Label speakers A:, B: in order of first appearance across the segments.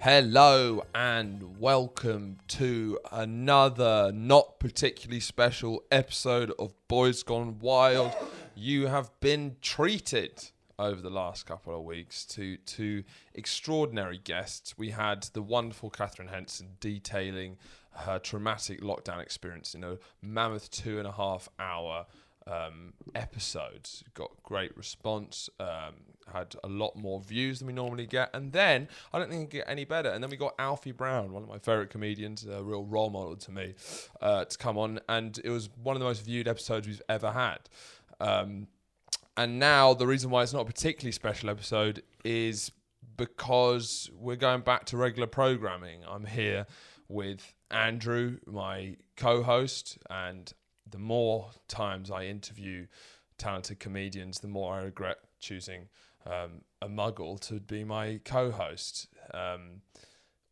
A: Hello and welcome to another not particularly special episode of Boys Gone Wild. You have been treated over the last couple of weeks to to extraordinary guests. We had the wonderful Catherine Henson detailing her traumatic lockdown experience in a mammoth two and a half hour um, episodes. Got great response. Um, had a lot more views than we normally get. And then I don't think it get any better. And then we got Alfie Brown, one of my favorite comedians, a real role model to me, uh, to come on. And it was one of the most viewed episodes we've ever had. Um, and now the reason why it's not a particularly special episode is because we're going back to regular programming. I'm here with Andrew, my co-host, and the more times I interview talented comedians, the more I regret choosing um, a muggle to be my co-host. Um,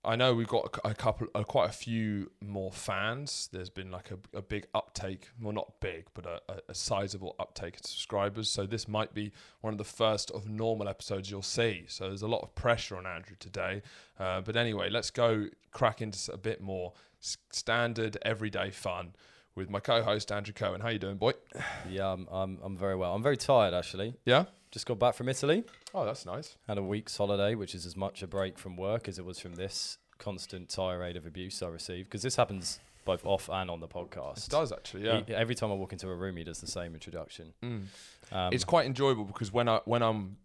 A: I know we've got a couple, uh, quite a few more fans. There's been like a, a big uptake, well, not big, but a, a, a sizable uptake in subscribers. So this might be one of the first of normal episodes you'll see. So there's a lot of pressure on Andrew today. Uh, but anyway, let's go crack into s- a bit more s- standard everyday fun with my co-host Andrew Cohen. How you doing, boy?
B: Yeah, I'm, I'm, I'm very well. I'm very tired actually.
A: Yeah.
B: Just got back from Italy.
A: Oh, that's nice.
B: Had a week's holiday, which is as much a break from work as it was from this constant tirade of abuse I received. Because this happens both off and on the podcast.
A: It does actually. Yeah.
B: He- every time I walk into a room, he does the same introduction.
A: Mm.
B: Um,
A: it's quite enjoyable because when I when I'm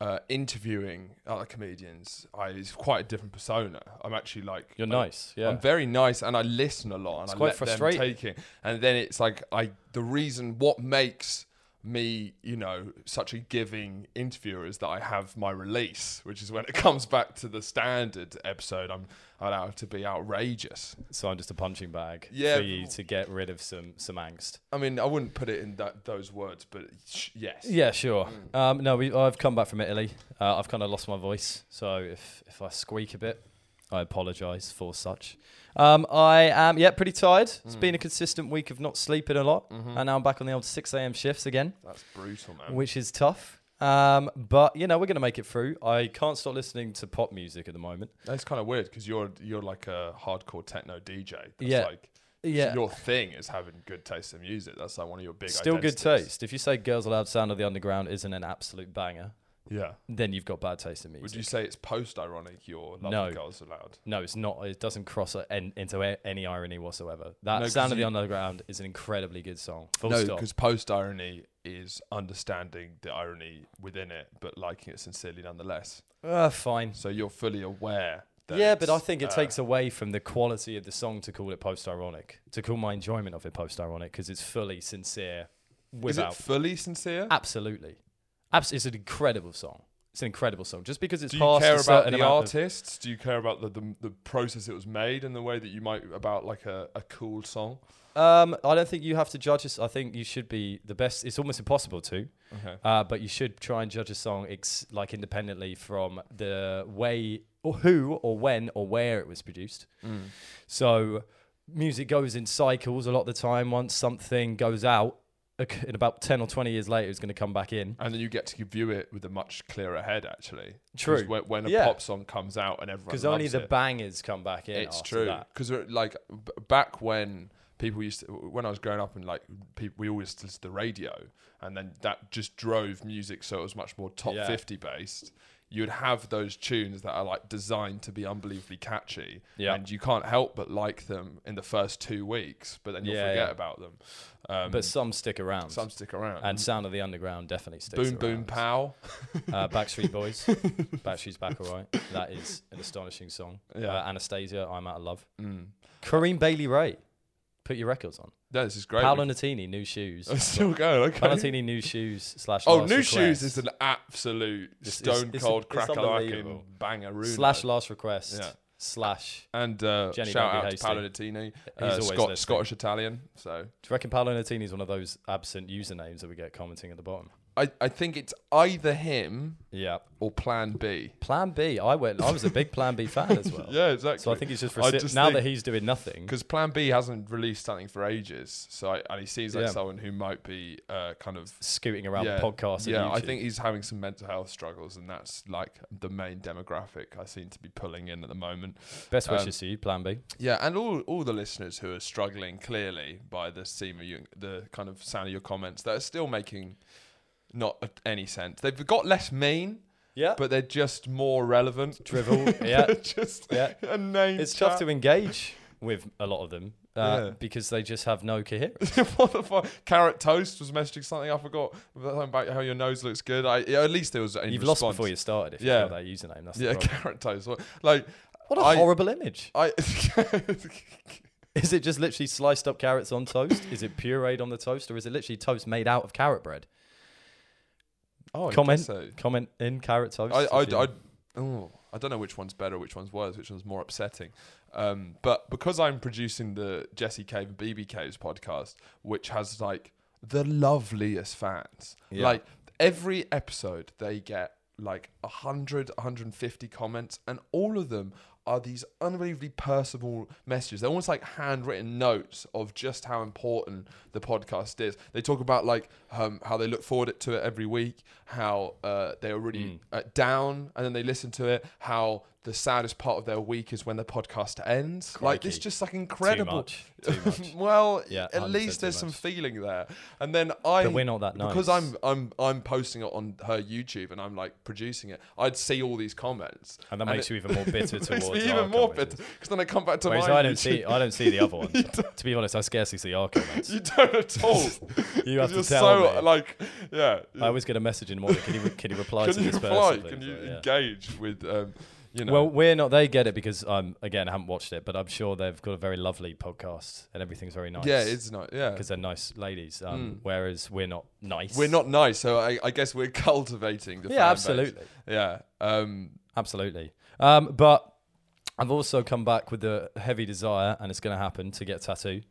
A: uh, interviewing other comedians, I it's quite a different persona. I'm actually like
B: you're
A: I'm-
B: nice. Yeah.
A: I'm very nice and I listen a lot and
B: It's
A: I
B: quite
A: let
B: frustrating.
A: them take it. And then it's like I the reason what makes me, you know, such a giving interviewer is that I have my release, which is when it comes back to the standard episode. I'm I'd have to be outrageous.
B: so I'm just a punching bag
A: Yeah,
B: for you
A: but-
B: to get rid of some some angst.
A: I mean, I wouldn't put it in that those words, but sh- yes.
B: Yeah, sure. Um, no, we, I've come back from Italy. Uh, I've kind of lost my voice, so if if I squeak a bit, I apologise for such. Um, I am yeah pretty tired. It's been a consistent week of not sleeping a lot, and now I'm back on the old six a.m. shifts again,
A: That's brutal, man.
B: which is tough. Um, but you know we're gonna make it through. I can't stop listening to pop music at the moment.
A: That's kind of weird because you're you're like a hardcore techno DJ. That's
B: Yeah.
A: like your thing is having good taste in music. That's like one of your big
B: still good
A: identities.
B: taste. If you say "Girls Aloud" "Sound of the Underground" isn't an absolute banger,
A: Yeah.
B: then you've got bad taste in music.
A: Would you say it's post ironic your love
B: No.
A: the girls allowed?
B: No, it's not. It doesn't cross a- an, into a- any irony whatsoever. That
A: No, 'cause
B: sound of the
A: you-
B: underground is an incredibly good song. Full
A: no,
B: stop.
A: because post irony is understanding the irony within it, but liking it sincerely nonetheless.
B: Uh, fine.
A: So you're fully aware. That
B: Yeah, but I
A: it's,
B: think it
A: uh,
B: takes away from the quality of the song to call it post-ironic. To call my enjoyment of it post-ironic because it's fully sincere.
A: Is
B: Without
A: it fully sincere?
B: absolutely, Abs- it's an incredible song. It's an incredible song. Just because it's
A: Do you
B: past
A: care
B: a
A: about
B: certain
A: the
B: amount of-
A: artists? Do you care about the, the the process it was made and the way that you might about like a, a cool song?
B: um, I don't think you have to judge us. I think you should be the best. It's almost impossible to.
A: Okay.
B: Uh, but you should try and judge a song ex- like independently from the way or who or when or where it was produced.
A: Mm.
B: So music goes in cycles a lot of the time. Once something goes out, ac- in about 10 or 20 years later, it's going to come back in.
A: And then you get to view it with a much clearer head, actually. 'Cause
B: True.
A: When, when a
B: Yeah.
A: pop song comes out and everyone
B: Because
A: loves
B: only the
A: it,
B: bangers come back in.
A: it's
B: after
A: true.
B: that.
A: Because like b- back when people used to, when I was growing up and like people, we always listened to the radio, and then that just drove music, so it was much more top
B: Yeah.
A: fifty based. You'd have those tunes that are like designed to be unbelievably catchy,
B: Yeah.
A: and you can't help but like them in the first two weeks, but then you'll
B: Yeah,
A: forget
B: yeah.
A: about them. Um,
B: But some stick around.
A: some stick around.
B: and Sound of the Underground definitely sticks
A: boom, boom,
B: around.
A: pow.
B: Uh, Backstreet Boys. Backstreet's back, all right. That is an astonishing song.
A: Yeah.
B: Uh, Anastasia, I'm Out of Love.
A: Mm.
B: Kareem Bailey Ray. Put your records on.
A: No, this is great.
B: Paolo Nutini, new shoes.
A: I'm still going. Okay.
B: Palatini, new shoes slash.
A: Oh,
B: last
A: New
B: request.
A: Shoes is an absolute
B: It's- it's-
A: stone
B: it's-
A: cold
B: it's
A: crack
B: unbelievable.
A: banger
B: slash last request
A: Yeah.
B: slash.
A: and uh,
B: Jenny
A: shout
B: Bobby
A: out to
B: Hasty.
A: Paolo Nettini,
B: He's
A: uh,
B: always
A: Scot-
B: listening.
A: Scottish Italian. So
B: Do you reckon Paolo Nutini is one of those absent usernames that we get commenting at the bottom?
A: I, I think it's either him
B: Yeah.
A: or Plan B.
B: Plan B. I went. I was a big Plan B fan as well.
A: Yeah, exactly.
B: So I think he's just,
A: I
B: reci-
A: just
B: now that
A: think-
B: he's doing nothing.
A: Because Plan B hasn't released something for ages, so I, and he seems like
B: Yeah.
A: someone who might be uh, kind of
B: scooting around
A: yeah,
B: podcasts.
A: Yeah,
B: and
A: I
B: YouTube.
A: think he's having some mental health struggles, and that's like the main demographic I seem to be pulling in at the moment.
B: best
A: um,
B: wishes to you, Plan B.
A: Yeah, and all, all the listeners who are struggling clearly by the seam of you, the kind of sound of your comments that are still making not a- any sense. They've got less mean,
B: Yeah,
A: but they're just more relevant.
B: drivel. Yeah,
A: They're just
B: yeah.
A: a name.
B: It's tough to engage with a lot of them uh,
A: Yeah.
B: because they just have no coherence.
A: what the fuck? Carrot Toast was messaging something I forgot something about how your nose looks good. I yeah, at least there was any
B: You've lost
A: response.
B: before you started. If
A: Yeah.
B: you got that username, that's
A: Yeah,
B: the problem.
A: Carrot Toast. What- Like
B: What a
A: I-
B: horrible image!
A: I
B: Is it just literally sliced up carrots on toast? is it pureed on the toast, or is it literally toast made out of carrot bread?
A: oh, I guess
B: Comment.
A: so.
B: Comment in carrot toast.
A: I,
B: if
A: I,
B: you-
A: I, oh, I don't know which one's better, which one's worse, which one's more upsetting. Um, but because I'm producing the Jesse Cave and BB Caves podcast, which has like the loveliest fans,
B: Yeah.
A: like every episode they get like 100, 150 comments, and all of them are these unbelievably personal messages. They're almost like handwritten notes of just how important the podcast is. They talk about like um, how they look forward to it every week, how uh, they are really
B: Hmm.
A: uh, down, and then they listen to it. How the saddest part of their week is when the podcast ends. Like it's
B: Crikey.
A: just like incredible.
B: much. Too much.
A: well,
B: Yeah,
A: at
B: 100%
A: least
B: too
A: there's some
B: much.
A: feeling there. And then I
B: we're not that
A: because
B: nice.
A: I'm I'm I'm posting it on her YouTube and I'm like producing it. I'd see all these comments,
B: and that makes
A: it
B: you even more bitter towards.
A: makes me
B: our
A: even more
B: commentators.
A: bitter because then I come back to
B: Whereas
A: my
B: I don't
A: YouTube.
B: see, I don't see the other ones. to be honest, I scarcely see our comments.
A: You don't at all.
B: You have to
A: are
B: tell
A: so
B: me.
A: like yeah.
B: I always get a message in the morning. Can you can you reply to
A: Can you
B: this
A: reply?
B: person?
A: Can
B: please?"
A: you
B: Like, yeah.
A: engage with um, you know?
B: Well, we're not. They get it because um, again, I haven't watched it, but I'm sure they've got a very lovely podcast and everything's very nice.
A: yeah, it's not yeah.
B: because they're nice ladies. Um, Whereas we're not nice.
A: We're not nice, so I, I guess we're cultivating the fan
B: Yeah,
A: base.
B: absolutely,
A: Yeah. Um,
B: absolutely. Um, but I've also come back with the heavy desire, and it's going to happen to get tattooed.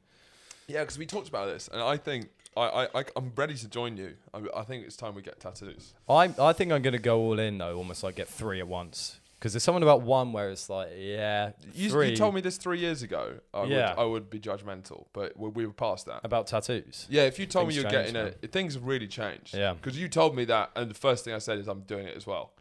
A: Yeah, because we talked about this, and I think I, I, I I'm ready to join you. I, I think it's time we get tattoos.
B: I I think I'm going to go all in though, almost like get three at once. Because there's something about one where it's like, yeah,
A: You,
B: three
A: you told me this three years ago. I
B: Yeah.
A: would I would be judgmental, but we, we were past that.
B: about tattoos.
A: Yeah, if you told me
B: Things
A: you're
B: change,
A: getting it, things have really changed.
B: Yeah.
A: because you told me that, and the first thing I said is I'm doing it as well.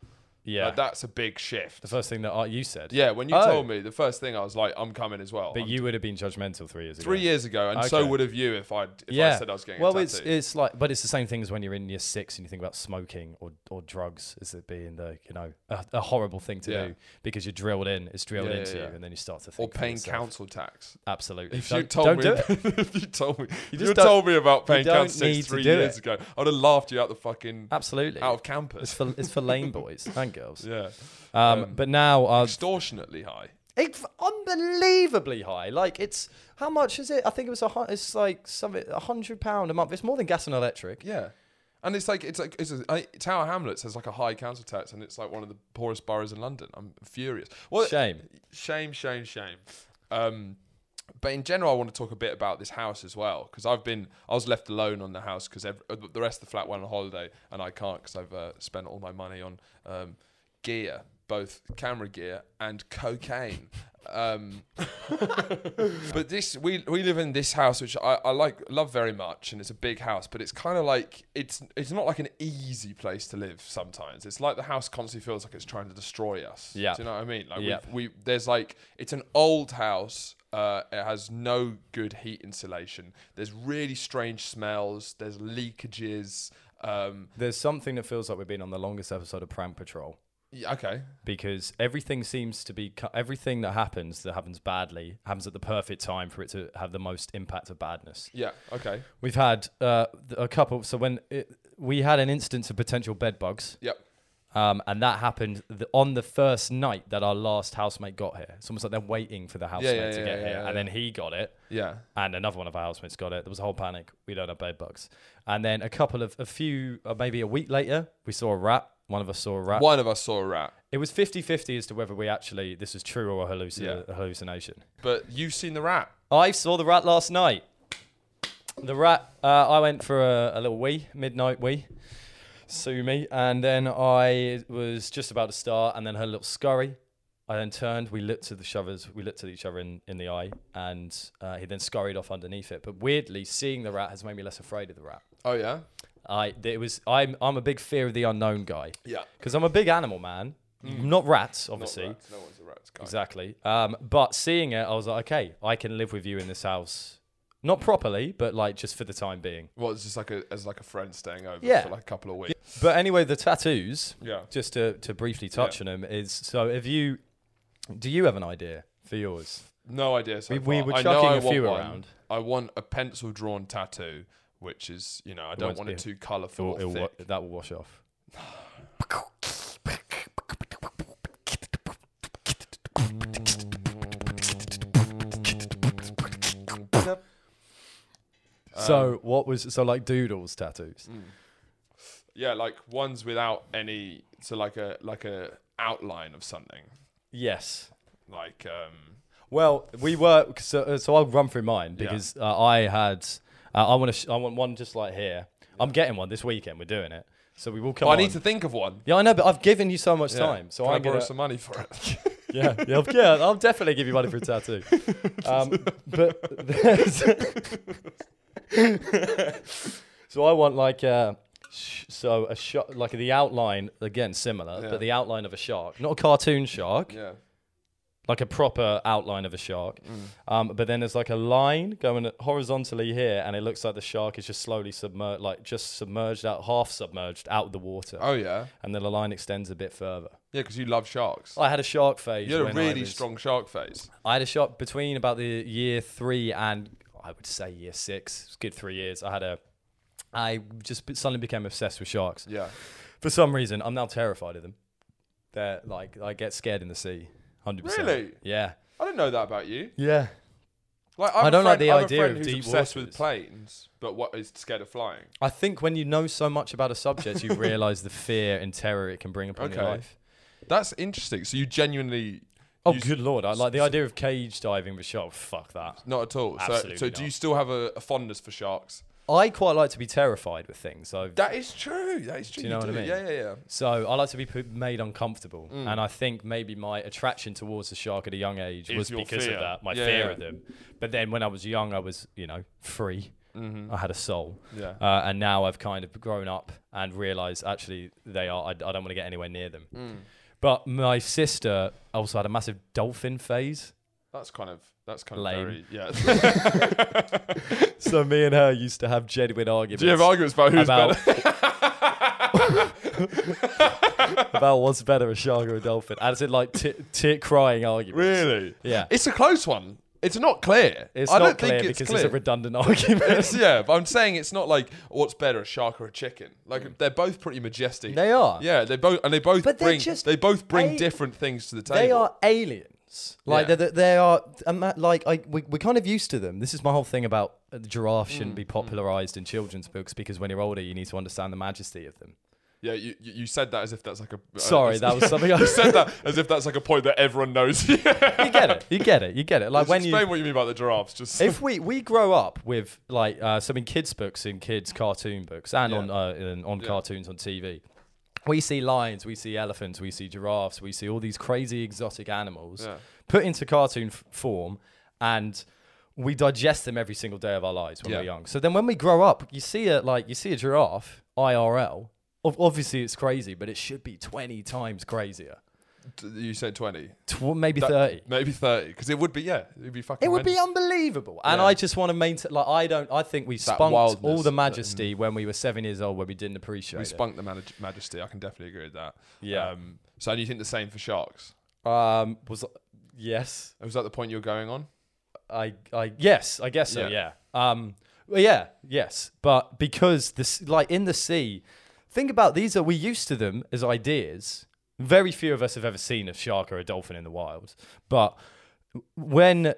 B: Yeah,
A: Like, that's a big shift.
B: the first thing that I, you said.
A: yeah, when you
B: Oh.
A: told me the first thing, I was like, I'm coming as well.
B: but
A: I'm-
B: you would have been judgmental three years ago.
A: three years ago, and so
B: Okay.
A: would have you if I if
B: yeah.
A: I said I was getting
B: well,
A: a
B: it's
A: tattoo.
B: it's like, but it's the same thing as when you're in year six and you think about smoking or or drugs as it being the you know a, a horrible thing to
A: Yeah.
B: do because you're drilled in, it's drilled
A: Yeah, yeah,
B: into
A: yeah.
B: you, and then you start to
A: or
B: think for
A: paying
B: yourself.
A: council tax.
B: Absolutely,
A: If
B: don't,
A: you told
B: don't
A: me,
B: do it.
A: if you told me, you,
B: just don't-
A: told me about paying
B: don't
A: council
B: need
A: tax
B: to
A: three
B: do
A: years
B: it. Ah,
A: ago, I'd have laughed you out the fucking
B: Absolutely,
A: out of
B: it's
A: campus.
B: for it's for lame boys and girls.
A: Yeah,
B: Um, but now uh,
A: extortionately high.
B: it's unbelievably high. Like it's how much is it? I think it was a hun- it's like something a hundred pound a month. It's more than gas and electric.
A: Yeah, and it's like it's like it's a, I, Tower Hamlets has like a high council tax, and it's like one of the poorest boroughs in London. I'm furious. Well,
B: Shame.
A: shame, shame, shame. Um, but in general, I want to talk a bit about this house as well because I've been I was left alone on the house because the rest of the flat went on holiday and I can't because I've uh, spent all my money on um, gear, both camera gear and cocaine. Um, but this we we live in this house which I, I like love very much and it's a big house but it's kind of like it's it's not like an easy place to live sometimes it's like the house constantly feels like it's trying to destroy us
B: Yeah.
A: do you know what I mean like
B: Yeah.
A: we've- we there's like it's an old house uh, it has no good heat insulation there's really strange smells there's leakages um
B: There's something that feels like we've been on the longest episode of Prank Patrol.
A: yeah, okay
B: because everything seems to be co- everything that happens that happens badly happens at the perfect time for it to have the most impact of badness.
A: yeah okay
B: We've had uh, th- a couple. So when it, we had an instance of potential bed bugs,
A: yep
B: um, and that happened th- on the first night that our last housemate got here. It's almost like they're waiting for the housemate
A: yeah,
B: to
A: yeah,
B: get
A: yeah,
B: here,
A: yeah,
B: and then he got it
A: yeah
B: and another one of our housemates got it. There was a whole panic. We don't have bed bugs. And then a couple of a few, uh, maybe a week later, we saw a rat. One of us saw a rat.
A: one of us saw a rat
B: It was 50-50 as to whether we actually this was true or a hallucin-
A: Yeah.
B: hallucination.
A: but you've seen the rat
B: I saw the rat last night. The rat. Uh, I went for a, a little wee, midnight wee, sue me. And then I was just about to start, and then her little scurry. I then turned. We looked at the shovers. We looked at each other in, in the eye, and uh, he then scurried off underneath it. But weirdly, seeing the rat has made me less afraid of the rat.
A: Oh yeah.
B: I it was I'm I'm a big fear of the unknown guy
A: Yeah.
B: because I'm a big animal man, Mm. not rats, obviously.
A: No one's a rat's guy.
B: Exactly. Um, but seeing it, I was like, okay, I can live with you in this house, not properly, but like just for the time being.
A: Well, it's just like a as like a friend staying over
B: Yeah.
A: for like a couple of weeks.
B: But anyway, the tattoos.
A: Yeah.
B: Just to to briefly touch on them is so. If you do, you have an idea for yours?
A: No idea. So
B: We- we
A: far.
B: were
A: I know
B: chucking
A: I
B: a
A: want
B: few
A: one.
B: around.
A: I want a pencil drawn tattoo, which is you know I don't
B: won't
A: want it
B: be-
A: too colourful or
B: It'll wa-
A: thick.
B: that will wash off. so
A: Um,
B: what was so like doodles tattoos?
A: Mm. Yeah, like ones without any. So like a like a outline of something.
B: Yes.
A: Like um.
B: Well, we were so, uh, so I'll run through mine
A: Yeah.
B: because uh, I had uh, I want to sh- I want one just like here. I'm getting one this weekend. We're doing it, so we will come.
A: Well, Oh, I
B: on.
A: need to think of one.
B: Yeah, I know, but I've given you so much
A: Yeah.
B: time, so
A: Can I
B: I'm
A: borrow
B: gonna.
A: some money for it.
B: Yeah, yeah, I'll- yeah, I'll definitely give you money for a tattoo. Um, but there's- so I want like uh, sh- so a shark, like the outline again, similar,
A: Yeah.
B: but the outline of a shark, not a cartoon shark,
A: yeah.
B: like a proper outline of a shark.
A: Mm.
B: Um, but then there's like a line going horizontally here, and it looks like the shark is just slowly submerged, like just submerged out, half submerged out of the water,
A: Oh yeah.
B: and then the line extends a bit further.
A: Yeah, because you love sharks.
B: I had a shark phase.
A: You had a
B: when I
A: really
B: was-
A: strong shark face.
B: I had a shot between about the year three and I would say year six. It's good three years. I had a. I just be- suddenly became obsessed with sharks.
A: Yeah.
B: For some reason, I'm now terrified of them. They're like I get scared in the sea. Hundred percent.
A: Really?
B: Yeah.
A: I didn't know that about you.
B: Yeah.
A: Like I'm
B: I don't
A: a friend,
B: like the
A: I'm a
B: idea
A: friend
B: of
A: who's
B: deep
A: obsessed with
B: waters.
A: planes, but what is scared of flying.
B: I think when you know so much about a subject, you realize the fear and terror it can bring upon your
A: Okay.
B: life.
A: That's interesting. So you genuinely
B: Oh,
A: you s-
B: good lord! I like the idea of cage diving with sharks. Fuck that.
A: not at all. so
B: Absolutely
A: so do you
B: not.
A: still have a, a fondness for sharks?
B: I quite like to be terrified with things. I've
A: That is true. That is true.
B: you know what I mean?
A: Yeah, yeah, yeah.
B: So I like to be put, made uncomfortable,
A: Mm.
B: and I think maybe my attraction towards the shark at a young age
A: Is
B: was
A: your
B: because
A: fear.
B: of that, my
A: Yeah,
B: fear
A: yeah.
B: of them. But then when I was young, I was you know free.
A: Mm-hmm.
B: I had a soul,
A: Yeah.
B: uh, and now I've kind of grown up and realised actually they are. I, I don't want to get anywhere near them.
A: Mm.
B: But my sister also had a massive dolphin phase.
A: That's kind of that's kind of very
B: Lame.
A: yeah.
B: so me and her used to have genuine arguments.
A: do you have arguments about who's
B: about
A: better?
B: about what's better, a shark or a dolphin? And it's in like t- tear crying arguments.
A: Really?
B: Yeah.
A: It's a close one. It's not clear.
B: It's
A: I
B: not
A: don't
B: clear
A: think it's
B: because
A: clear.
B: it's a redundant argument.
A: It's- yeah, but I'm saying it's not like what's better, a shark or a chicken. Like they're both pretty majestic.
B: Mm. They are.
A: Yeah, they both and they both
B: But they're
A: bring
B: just-
A: they both bring
B: they-
A: different things to the table.
B: They are aliens. Like
A: Yeah.
B: they're- they're, they are. um, uh, like I, we, we're kind of used to them. This is my whole thing about uh, the giraffe
A: Mm,
B: shouldn't be popularized in children's books because when you're older, you need to understand the majesty of them.
A: Yeah, you, you you said that as if that's like a. uh,
B: Sorry,
A: as-
B: that was something I
A: you said that as if that's like a point that everyone knows. yeah.
B: You get it. You get it. You get it. Like
A: Just
B: when
A: explain
B: you.
A: what you mean by the giraffes. Just
B: If we, we grow up with like uh, some in kids books, in kids cartoon books, and
A: Yeah.
B: on uh, in, on cartoons on TV, we see lions, we see elephants, we see giraffes, we see all these crazy exotic animals
A: Yeah.
B: put into cartoon f- form, and we digest them every single day of our lives when
A: Yeah.
B: we're young. So then when we grow up, you see a like you see a giraffe IRL. Ob- Obviously, it's crazy, but it should be twenty times crazier,
A: t- you said twenty,
B: Tw- maybe
A: That-
B: thirty.
A: maybe thirty, because it would be yeah, it'd be fucking.
B: It would be
A: mental.
B: unbelievable. And
A: Yeah.
B: I just want to maintain, like, I don't, I think we spunked
A: wildness,
B: all
A: that-
B: the majesty when we were seven years old, where we didn't appreciate
A: We
B: it.
A: spunk the manag majesty. I can definitely agree with that.
B: Yeah.
A: Um, so and you think the same for sharks?
B: um, was, yes,
A: Was that the point you were going on?
B: I, I, yes, I guess so,
A: Yeah.
B: yeah. Um, well, yeah, yes. But because this, like, in the sea, think about these are, we used to them as ideas. Very few of us have ever seen a shark or a dolphin in the wild. But when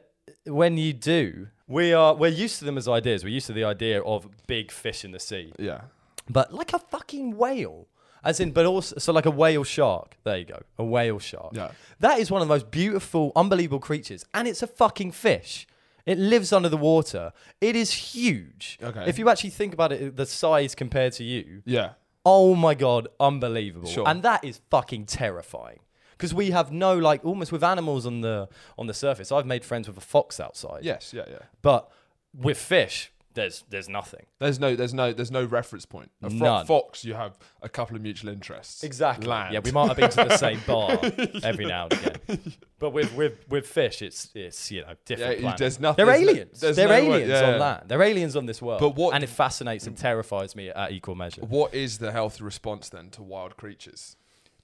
B: when you do, we are we're used to them as ideas. We're used to the idea of big fish in the sea.
A: Yeah.
B: but like a fucking whale. As in, but also, so like a whale shark. There you go. A whale shark.
A: Yeah.
B: That is one of the most beautiful, unbelievable creatures. And it's a fucking fish. It lives under the water. It is huge.
A: Okay.
B: If you actually think about it, the size compared to you,
A: Yeah.
B: oh my god, unbelievable.
A: Sure.
B: And that is fucking terrifying. Because we have no like almost with animals on the on the surface. I've made friends with a fox outside.
A: Yes, yeah, yeah.
B: But with fish, there's there's nothing.
A: There's no, there's no, there's no reference point. A fro-
B: None.
A: fox, you have a couple of mutual interests.
B: Exactly.
A: Land.
B: Yeah, we might have been to the same bar every now and again. But with with with fish, it's it's you know different.
A: Yeah,
B: planet.
A: there's nothing-
B: They're
A: there's no-
B: aliens.
A: there's
B: They're
A: no way-
B: aliens
A: yeah.
B: on that. They're aliens on this world.
A: But what-
B: And it fascinates and terrifies me at equal measure.
A: What is the healthy response then to wild creatures?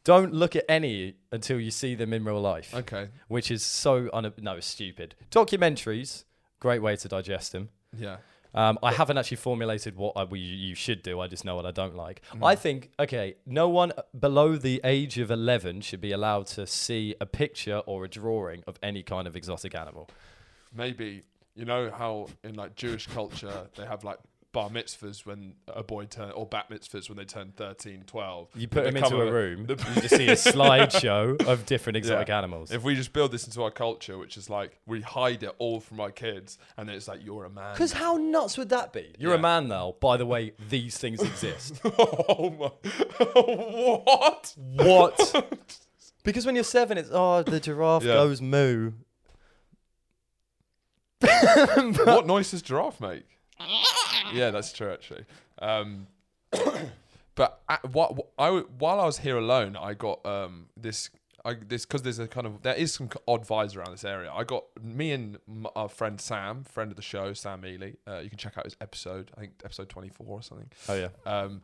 B: Don't look at any until you see them in real life.
A: Okay.
B: Which is so un- no it's stupid. Documentaries, great way to digest them.
A: Yeah.
B: Um, I haven't actually formulated what I, we, you should do. I just know what I don't like. I think, okay, no one below the age of 11 should be allowed to see a picture or a drawing of any kind of exotic animal.
A: Maybe you know how in like Jewish culture they have like bar mitzvahs when a boy turn or bat mitzvahs when they turn 13, 12.
B: You put
A: They
B: them
A: come
B: into
A: over-
B: a room, you just see a slideshow of different exotic
A: Yeah.
B: animals.
A: If we just build this into our culture, which is like we hide it all from our kids, and then it's like you're a man.
B: Because how nuts would that be? You're a
A: Yeah.
B: man now. By the way, these things exist.
A: oh my, what?
B: what? Because when you're seven, it's, oh, the giraffe
A: Yeah.
B: goes moo.
A: what noise does giraffe make? yeah, that's true actually. Um, but I, what, I w- while I was here alone, I got um, this. I, this because there's a kind of there is some odd vibes around this area. I got me and m- our friend Sam, friend of the show, Sam Ely. Uh, you can check out his episode. I think episode 24 or something.
B: Oh, yeah.
A: Um,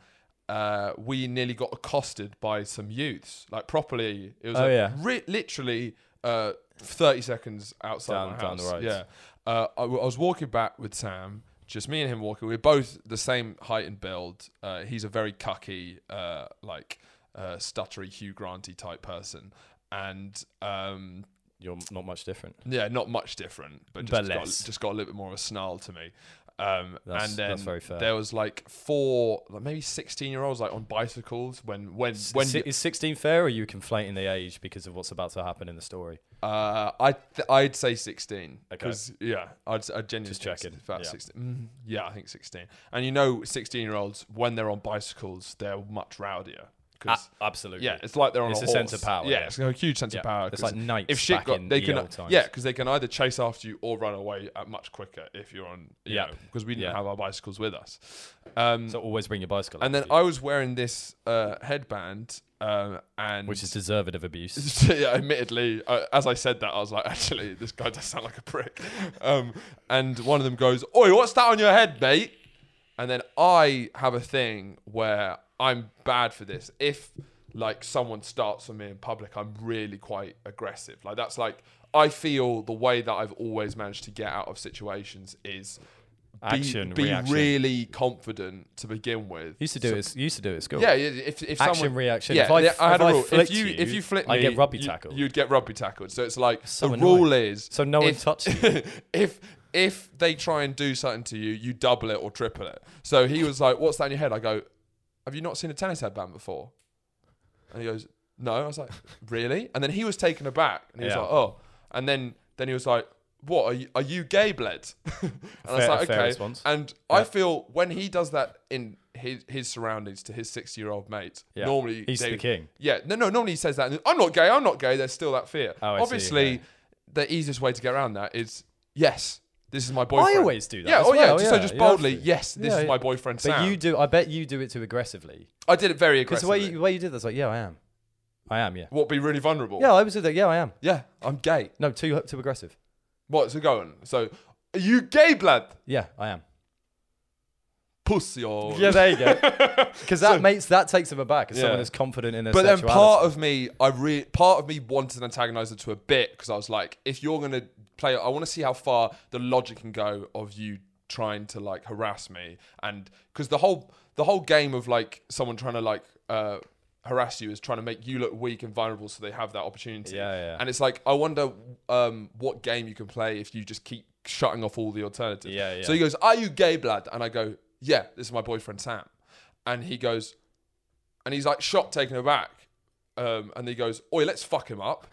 A: uh, we nearly got accosted by some youths, like properly. It was
B: Oh,
A: like,
B: yeah.
A: ri- literally uh, 30 seconds outside
B: Down-
A: my
B: down
A: house.
B: the road.
A: Yeah. Uh, I, w- I was walking back with Sam, just me and him walking. We're both the same height and build. Uh, he's a very cucky, uh, like uh, stuttery Hugh Granty type person, and um,
B: You're not much different.
A: yeah, not much different, but just,
B: But
A: got,
B: less.
A: just got a little bit more of a snarl to me. Um,
B: That's-
A: and then
B: that's very fair.
A: there was like four, like maybe sixteen-year-olds like on bicycles when when when
B: When
A: you-
B: is 16 fair, or are you conflating the age because of what's about to happen in the story?
A: Uh, I th- I'd say sixteen.
B: Okay.
A: Because yeah, I'd I genuinely
B: Just
A: think it's
B: checking,
A: About
B: yeah.
A: sixteen. Mm, yeah, I think sixteen. And you know, sixteen-year-olds when they're on bicycles, they're much rowdier. 'Cause-
B: A- absolutely.
A: yeah, it's like they're on
B: Ah, It's
A: a,
B: a sense
A: horse.
B: of power,
A: Yeah,
B: yeah.
A: it's a huge sense
B: Yeah,
A: of power.
B: it's
A: 'cause
B: like knights
A: If shit
B: back
A: got,
B: in
A: they
B: the
A: can
B: old times.
A: yeah, because they can either chase after you or run away at much quicker if you're on you
B: Yeah.
A: because we didn't
B: Yeah.
A: have our bicycles with us. Um,
B: So always bring your bicycle.
A: and
B: out
A: then
B: with you,
A: I was wearing this uh, headband, um, and
B: which is deserved of abuse.
A: yeah, admittedly, uh, as I said that, I was like, actually, this guy does sound like a prick. Um, and one of them goes, Oi, what's that on your head, mate? And then I have a thing where I'm bad for this. If like someone starts on me in public, I'm really quite aggressive. Like that's like I feel the way that I've always managed to get out of situations is be,
B: Action,
A: be
B: reaction.
A: really confident to begin with.
B: used to do it. Used to do it at school.
A: Yeah, yeah, if if
B: Action,
A: someone,
B: reaction.
A: Yeah,
B: If I-
A: yeah, I had
B: if
A: a
B: I
A: rule. if
B: flicked
A: you, if
B: you,
A: you flick me,
B: I get rugby
A: you-
B: tackled.
A: You'd get rugby tackled. So it's like
B: So
A: the
B: annoying.
A: rule is
B: So no one
A: if,
B: touched
A: you. if if they try and do something to you, you double it or triple it. So he was like, "What's that in your head?" I go, "Have you not seen a tennis headband before?" And he goes, "No." I was like, "Really?" And then he was taken aback, and he
B: Yeah.
A: was like, "Oh." And then then he was like. What are you, are you gay, bled? and I was
B: Fair-
A: like,
B: fair
A: okay.
B: response.
A: And I feel when he does that in his, his surroundings to his sixty-year-old mates,
B: Yeah.
A: normally
B: He's
A: they-
B: the king.
A: Yeah, no, no. Normally he says that. and, I'm not gay. I'm not gay. There's still that fear.
B: Oh, I see,
A: Obviously,
B: yeah.
A: the easiest way to get around that is yes, this is my
B: I
A: boyfriend.
B: always do that.
A: Yeah.
B: as
A: Oh yeah.
B: well,
A: just- So just
B: you have
A: boldly,
B: to.
A: yes, this
B: Yeah,
A: is
B: yeah.
A: my boyfriend
B: But
A: Sam.
B: you do. I bet you do it too aggressively.
A: I did it very
B: Because the
A: aggressively.
B: way you, the way you did that's like, yeah, I am. I am. Yeah.
A: what be really vulnerable?
B: Yeah, I was like, yeah, I am.
A: Yeah. I'm gay.
B: No, too too aggressive.
A: What's it going? So, are you gay, blood?
B: Yeah, I am.
A: Pussy or
B: Yeah, there you go. Because that makes that takes them aback. As
A: Yeah.
B: someone is confident in their
A: But then
B: sexuality.
A: part of me, I re- part of me wanted to antagonize her to a bit because I was like, if you're gonna play, I want to see how far the logic can go of you trying to like harass me, and because the whole the whole game of like someone trying to like uh, harass you is trying to make you look weak and vulnerable, so they have that opportunity.
B: Yeah, yeah.
A: And it's like I wonder um, what game you can play if you just keep shutting off all the alternatives.
B: Yeah, yeah.
A: So he goes, "Are you gay, blood?" And I go, "Yeah, this is my boyfriend Sam," and he goes and he's like shocked, taken aback. Um, and he goes, "Oi, let's fuck him up."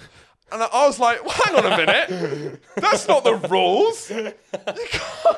A: And I I was like, well, hang on a minute. That's not the rules. You can't.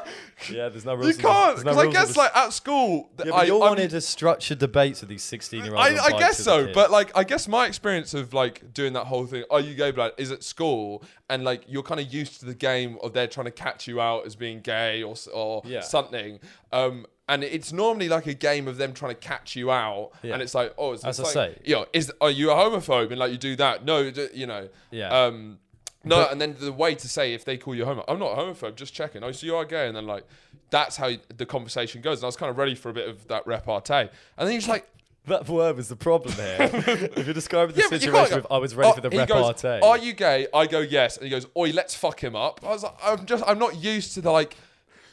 B: Yeah, there's no rules.
A: You
B: in the-
A: can't.
B: there's no
A: Because I
B: rules in
A: guess,
B: the-
A: like, at school, th-
B: Yeah,
A: I,
B: but you
A: I'm-
B: wanted to structure debates with these 16 year olds.
A: I, I guess so, but like I guess my experience of like doing that whole thing, are you gay blood, is at school, and like you're kind of used to the game of they're trying to catch you out as being gay or s- or
B: Yeah.
A: something. Um, and it's normally like a game of them trying to catch you out,
B: Yeah.
A: and it's like, oh, is
B: As
A: it's
B: I
A: like,
B: say.
A: yeah, is are you a homophobe? And like you do that, no, d- you know,
B: Yeah.
A: Um, no, and then the way to say if they call you homo, I'm not a homophobe, just checking. Oh, so you are gay, and then like that's how the conversation goes. And I was kind of ready for a bit of that repartee, and then he's like,
B: that word was the problem here. if you're describing the
A: Yeah, but you can't
B: situation
A: go-
B: with, I was ready
A: Oh,
B: for the
A: he
B: repartee.
A: Goes, Are you gay? I go yes, and he goes, "Oi, let's fuck him up." I was like, "I'm just, I'm not used to the like."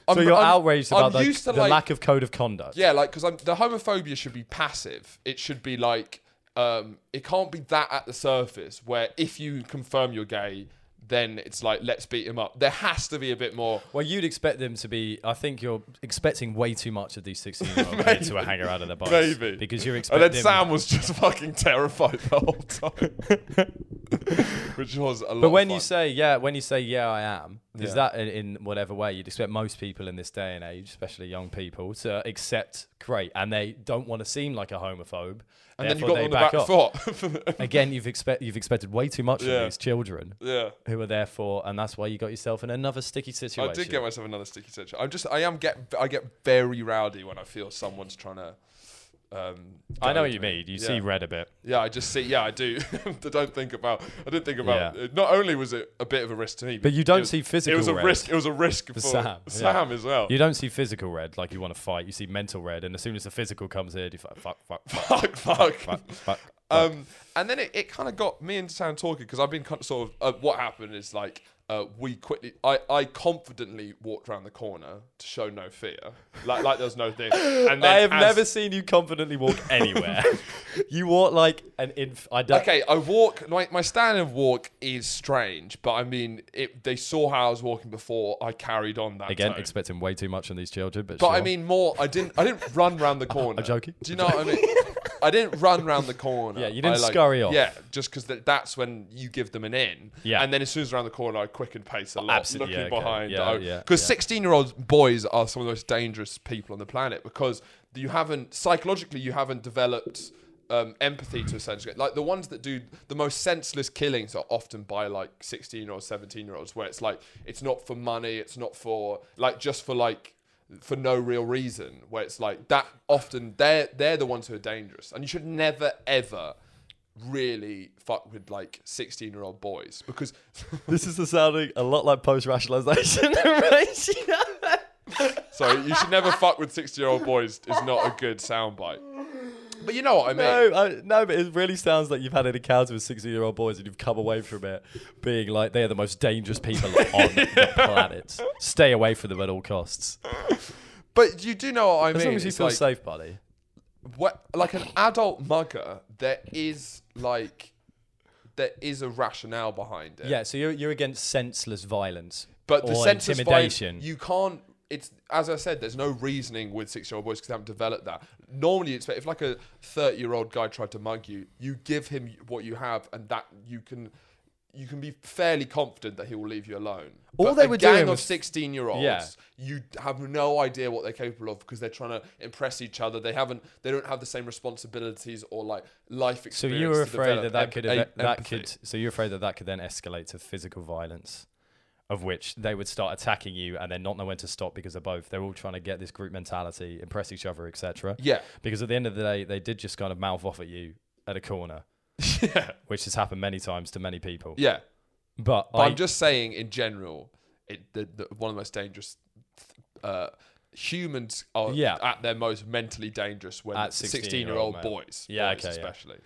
A: I'm,
B: so you're
A: I'm-
B: outraged
A: I'm
B: about the,
A: used to,
B: the
A: like-
B: lack of code of conduct.
A: Yeah, like because I'm the homophobia should be passive. It should be like, um, it can't be that at the surface where if you confirm you're gay, then it's like let's beat him up. There has to be a bit more.
B: Well, you'd expect them to be. I think you're expecting way too much of these 16 year old kids who are hanging out at the bars.
A: Maybe.
B: Because you're expecting.
A: And then Sam was just fucking terrified the whole time, which was a lot.
B: But
A: of
B: when you
A: fun.
B: say yeah, when you say yeah, I am, is
A: Yeah.
B: that in, in whatever way you'd expect most people in this day and age, especially young people, to accept great, and they don't want to seem like a homophobe,
A: and then you
B: therefore
A: got them on
B: they
A: the back
B: back off.
A: foot.
B: Again, you've expect you've expected way too much
A: Yeah.
B: of these children
A: yeah.
B: who are therefore, and that's why you got yourself in another sticky situation.
A: I did get myself another sticky situation. I'm just, I am get, I get very rowdy when I feel someone's trying to. Um,
B: I know
A: guide
B: what you
A: me.
B: mean. You
A: Yeah.
B: see red a bit.
A: Yeah, I just see. Yeah, I do. I don't think about. I didn't think about.
B: Yeah.
A: It. Not only was it a bit of a risk to me,
B: But you don't
A: it was-
B: see
A: It
B: physical
A: was a
B: red.
A: risk. It was a risk for,
B: Sam, yeah.
A: Sam, as well.
B: You don't see physical red like you want to fight. You see mental red, and as soon as the physical comes in, you fuck, fuck, fuck,
A: fuck,
B: fuck,
A: fuck.
B: fuck, fuck.
A: Um, and then it, it kind of got me and Sam talking because I've been kind of sort of uh, what happened is like uh, we quickly I, I confidently walked around the corner to show no fear like like there's no thing and then
B: I have
A: as-
B: never seen you confidently walk anywhere. you walk like an inf. I don't.
A: Okay, I walk. My, my standing walk is strange, but I mean, it, they saw how I was walking before. I carried on that
B: Again,
A: tone.
B: expecting way too much from these children, but,
A: but I
B: sure.
A: mean, more. I didn't. I didn't run round the corner.
B: I'm joking.
A: Do you know what I mean? I didn't run round the corner.
B: Yeah, you didn't
A: I, like-
B: scurry off.
A: Yeah, just because that's when you give them an in.
B: Yeah.
A: and then as soon as around the corner, I quicken pace a lot,
B: absolutely,
A: looking
B: yeah, okay.
A: behind.
B: Yeah,
A: Because
B: yeah, yeah.
A: sixteen-year-old boys are some of the most dangerous people on the planet because you haven't psychologically you haven't developed. Um, empathy to a certain degree. Like the ones that do the most senseless killings are often by like 16 or 17 year olds, where it's like, it's not for money, it's not for like just for like for no real reason where it's like that often they're they're the ones who are dangerous and you should never ever really fuck with like 16 year old boys because
B: this is sounding a lot like post rationalization.
A: sorry you should never fuck with 16 year old boys is not a good soundbite but you know what i mean
B: No, I, no, but it really sounds like you've had an encounter with 16 year old boys and you've come away from it being like they're the most dangerous people on the planet. Stay away from them at all costs.
A: but you do know what i
B: As
A: mean
B: long as you
A: It's
B: feel
A: like,
B: safe, buddy.
A: what like an adult mugger there is like there is a rationale behind it
B: Yeah, so you're, you're against senseless violence.
A: But the
B: or
A: sense of
B: intimidation.
A: violence, you can't. It's as I said. There's no reasoning with six-year-old boys because they haven't developed that. Normally, you expect if like a thirty-year-old guy tried to mug you, you give him what you have, and that you can. You can be fairly confident that he will leave you alone.
B: All
A: But
B: they
A: a
B: were
A: gang
B: doing
A: of
B: was-
A: sixteen-year-olds,
B: Yeah.
A: you have no idea what they're capable of because they're trying to impress each other. They haven't, they don't have the same responsibilities or like life experience.
B: So you were
A: to
B: afraid
A: develop
B: that that
A: emp-
B: could
A: a-
B: eve- that
A: empathy.
B: could so you're afraid that that could then escalate to physical violence, of which they would start attacking you and then not know when to stop because they're both they're all trying to get this group mentality, impress each other, etc.
A: yeah,
B: Because at the end of the day, they did just kind of mouth off at you at a corner,
A: yeah,
B: which has happened many times to many people.
A: yeah.
B: But,
A: But I,
B: I,
A: am just saying, in general, it the, the, one of the most dangerous. Uh, humans are
B: Yeah.
A: at their most mentally dangerous when
B: At
A: 16-year-old
B: 16-year-old male.
A: boys,
B: Yeah,
A: boys
B: okay, yeah.
A: especially.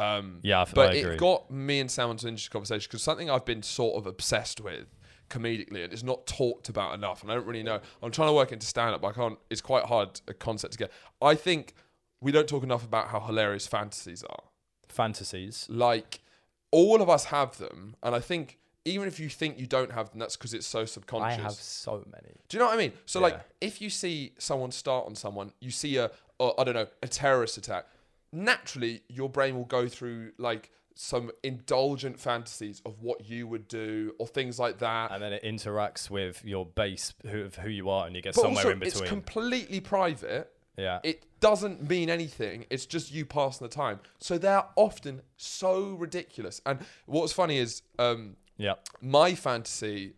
A: Um,
B: yeah, I, f-
A: but
B: I agree.
A: it got me and Sam into an interesting conversation because something I've been sort of obsessed with comedically and it's not talked about enough and I don't really know I'm trying to work into stand up but I can't it's quite hard a concept to get I think we don't talk enough about how hilarious fantasies are
B: Fantasies.
A: like all of us have them and i think even if you think you don't have them that's because it's so
B: I
A: subconscious
B: have so many.
A: do you know what i mean so like
B: Yeah.
A: if you see someone start on someone you see a, a i don't know a terrorist attack naturally your brain will go through like some indulgent fantasies of what you would do or things like that.
B: and then it interacts with your base who, of who you are, and you get
A: but
B: somewhere
A: also,
B: in between.
A: it's completely private.
B: yeah,
A: It doesn't mean anything. It's just you passing the time. So they're often so ridiculous. And what's funny is um,
B: yeah.
A: my fantasy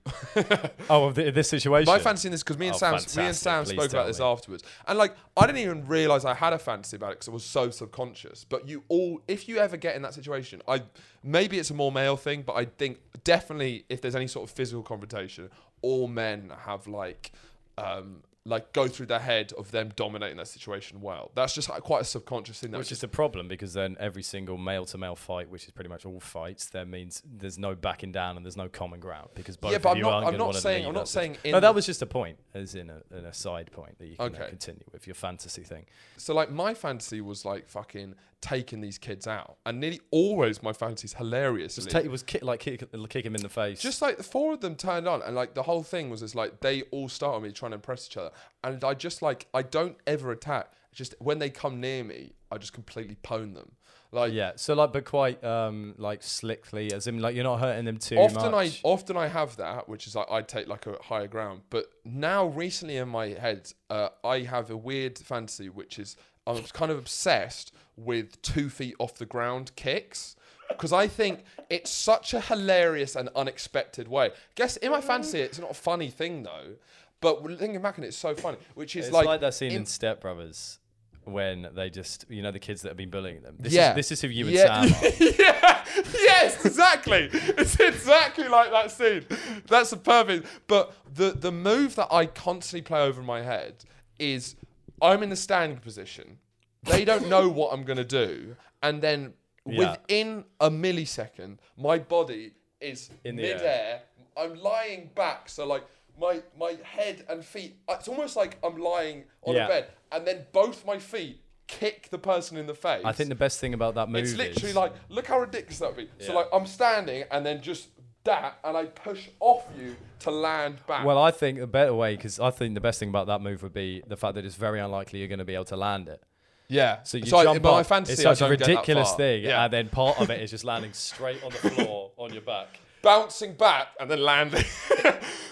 B: Oh, of the, this situation.
A: My fantasy in this because me and
B: Oh,
A: Sam, me and
B: fantastic.
A: Sam
B: Please
A: spoke
B: tell
A: about this
B: me.
A: afterwards, and like I didn't even realize I had a fantasy about it because I was so subconscious. But you all, if you ever get in that situation, I maybe it's a more male thing, but I think definitely if there's any sort of physical confrontation, all men have like. Um, like go through their head of them dominating that situation well. That's just like, quite a subconscious thing. That
B: Which is a problem because then every single male to male fight, which is pretty much all fights, that means there's no backing down and there's no common ground because both
A: Yeah, but
B: of
A: I'm
B: you
A: not-
B: aren't
A: I'm
B: going
A: not
B: to want to
A: saying-
B: leave
A: I'm not
B: that situ-
A: saying in
B: no,
A: the-
B: that was just a point, as in a, an aside point that you can uh,
A: Okay.
B: continue with your fantasy thing.
A: So like my fantasy was like fucking taking these kids out, and nearly always my fantasy's hilarious.
B: Just take, it was kick, like kick, kick him in the face.
A: just like the four of them turned on and like the whole thing was just like they all start on me trying to impress each other and i just like i don't ever attack just when they come near me i just completely pwn them like
B: yeah, so like, but quite um like slickly, as in like you're not hurting them too
A: often i
B: much.
A: often i have that which is like i take like a higher ground but now recently in my head uh, i have a weird fantasy which is i'm kind of obsessed with two feet off the ground kicks because I think it's such a hilarious and unexpected way. Guess in my fantasy, it's not a funny thing though, but thinking back on it, it's so funny. Which is
B: It's
A: like,
B: like, that scene in, Step Brothers when they just, you know, the kids that have been bullying them. This
A: Yeah.
B: is this is who you and
A: Yeah.
B: Sam are.
A: yeah, yes, exactly. It's exactly like that scene. That's a perfect. But the the move that I constantly play over in my head is I'm in the standing position. They don't know what I'm gonna do, and then
B: Yeah.
A: within a millisecond, my body is in
B: the air.
A: midair. I'm lying back, so like my my head and feet. uh, It's almost like I'm lying on a
B: Yeah.
A: bed, and then both my feet kick the person in the face.
B: I think the best thing about that movie
A: It's literally
B: is,
A: like, look how ridiculous that would be. So
B: Yeah.
A: like, I'm standing and then just that, and I push off you to land back.
B: Well, I think a better way, because I think the best thing about that move would be the fact that it's very unlikely you're going to be able to land it.
A: yeah.
B: So you
A: I-
B: jump
A: but
B: up.
A: my fantasy,
B: it's
A: I
B: such a
A: don't get that
B: ridiculous
A: far.
B: thing,
A: Yeah.
B: and then part of it is just landing straight on the floor on your back.
A: Bouncing back and then landing.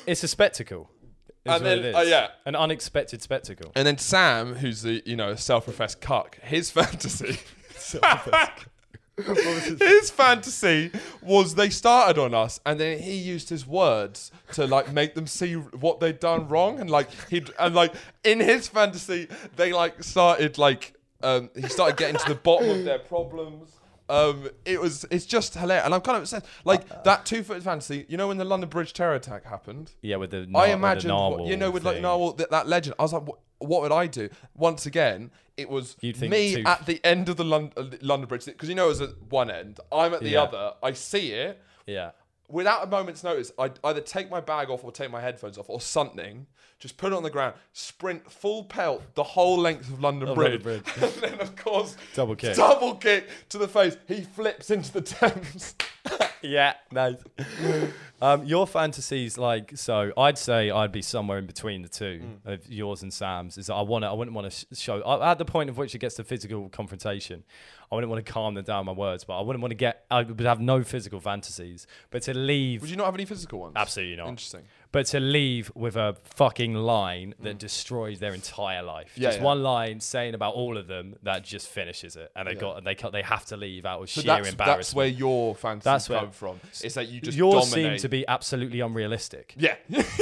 B: It's a spectacle. Is
A: And
B: what
A: then-
B: it is.
A: oh, yeah.
B: an unexpected spectacle.
A: and then Sam, who's the you know self-professed cuck, his fantasy. his fantasy was they started on us and then he used his words to like make them see what they'd done wrong and like he and like in his fantasy they like started like um he started getting to the bottom of their problems um it was it's just hilarious and i'm kind of obsessed like that two-footed fantasy you know when the london bridge terror attack happened
B: Yeah, with the
A: I
B: imagine
A: imagined, what, you know, with like narwhal that, that legend. I was like, what, what would I do? Once again, it was
B: You'd think
A: me
B: two-
A: at the end of the Lon- uh, London Bridge because you know it was at one end. I'm at the
B: Yeah.
A: other. I see it
B: Yeah,
A: without a moment's notice. I would either take my bag off or take my headphones off or something. Just put it on the ground, sprint full pelt the whole length of London
B: Of
A: Bridge,
B: London
A: and then of course
B: Double kick.
A: double kick to the face. He flips into the Thames.
B: yeah, nice. um, your fantasies, like, so I'd say I'd be somewhere in between the two
A: Hmm.
B: of yours and Sam's. Is I want to, I wouldn't want to sh- show I, at the point of which it gets to physical confrontation. I wouldn't want to calm them down with my words, but I wouldn't want to get. I would have no physical fantasies, but to leave.
A: Would you not have any physical ones?
B: Absolutely not.
A: Interesting.
B: But to leave with a fucking line that destroys their entire life.
A: Hmm. Yeah,
B: just
A: yeah.
B: one line saying about all of them that just finishes it, and they got they ca- they have to leave out of
A: So
B: sheer
A: that's,
B: embarrassment.
A: that's where your fantasies
B: That's where-
A: come from. It's that you just
B: Yours
A: dominate.
B: seem to be absolutely unrealistic.
A: Yeah.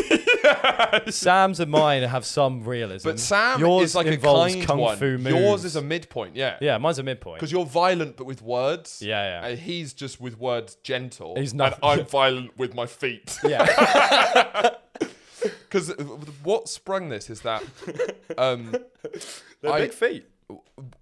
B: Sam's and mine have some realism.
A: But Sam
B: Yours
A: is like a
B: involves
A: kind
B: kung
A: one.
B: fu moves.
A: Yours is a midpoint, yeah.
B: yeah, mine's a midpoint.
A: Because you're violent but with words.
B: Yeah, yeah.
A: And he's just with words gentle.
B: He's not-
A: And I'm violent with my feet.
B: Yeah,
A: Because what sprung this is that um, I-
B: big feet.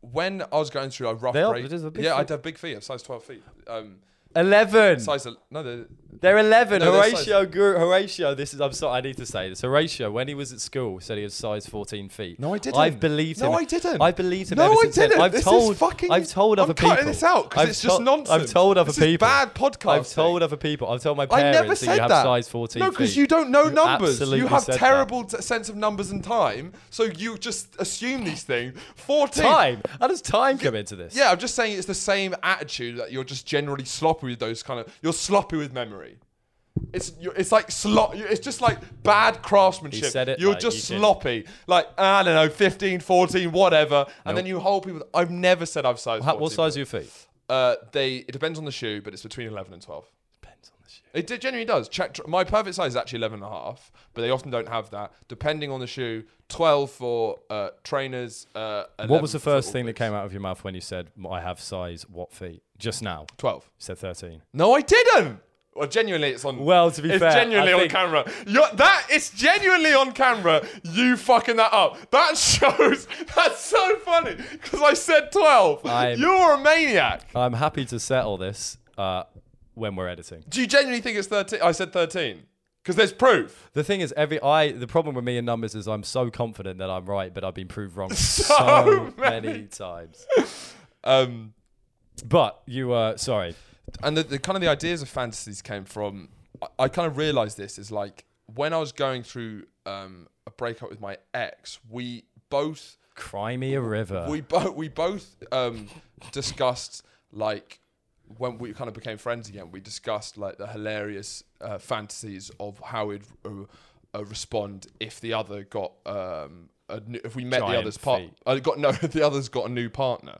A: when I was going through a rough
B: They are-
A: break.
B: it is a big
A: yeah,
B: foot.
A: I'd have big feet. I'm size 12 feet. Um,
B: Eleven.
A: size. el- No, they're,
B: They're 11.
A: No, they're size-
B: Horatio grew. Horatio, this is, I'm sorry, I need to say this. Horatio, when he was at school, said he was size 14 feet.
A: No, I didn't.
B: I've believed
A: No,
B: him.
A: I didn't.
B: I've believed him.
A: No,
B: ever
A: I
B: since then.
A: didn't.
B: I've
A: This is
B: told,
A: fucking-
B: I've told
A: I'm
B: other people.
A: cutting this out 'cause
B: I've
A: it's just
B: to-
A: nonsense.
B: I've told other
A: This is
B: people.
A: bad
B: I've
A: podcasting.
B: told other people. I've told my
A: I
B: parents
A: never
B: that
A: said
B: you have
A: that.
B: size 14
A: no,
B: feet.
A: because you don't know numbers. You
B: absolutely
A: have
B: said that.
A: terrible t- sense of numbers and time, so you just assume these things. 14.
B: Time. How does time come into this?
A: Yeah, I'm just saying it's the same attitude that you're just generally sloppy with those kind of. You're sloppy with memory. It's you- it's like slop. It's just like bad craftsmanship.
B: He said it
A: you're
B: like
A: just
B: you did.
A: sloppy. Like I don't know, 15, 14, whatever, and then
B: Nope.
A: you hold people. I've never said I've size.
B: How, what
A: 14.
B: size are your feet?
A: Uh, they it depends on the shoe, but it's between 11 and 12.
B: Depends on the shoe.
A: It d- genuinely does. Check tr- my perfect size is actually 11 and a half, but they often don't have that. Depending on the shoe, 12 for uh, trainers. Uh,
B: What was the first thing that came out of your mouth when you said, I have size what feet? Just now. You
A: 12.
B: said 13.
A: No, I didn't. Well, genuinely, it's on.
B: Well, to be
A: it's
B: fair,
A: genuinely
B: I
A: on
B: think-
A: camera. You're, that it's genuinely on camera. You fucking that up. That shows. That's so funny because I said 12
B: I'm-
A: You're a maniac.
B: I'm happy to settle this uh, when we're editing.
A: Do you genuinely think it's thirteen? I said thirteen because there's proof.
B: The thing is, every I the problem with me and numbers is I'm so confident that I'm right, but I've been proved wrong so, many. times.
A: Um,
B: But you were sorry.
A: and the, the kind of the ideas of fantasies came from I, I kind of realized this is like when I was going through um, a breakup with my ex, we both
B: Cry me a river.
A: we both we both um, discussed like when we kind of became friends again. We discussed like the hilarious uh, fantasies of how we'd uh, uh, respond if the other got um, a new, if we met the
B: Giant
A: other's part.
B: feet.
A: Uh, got no, the other's got a new partner.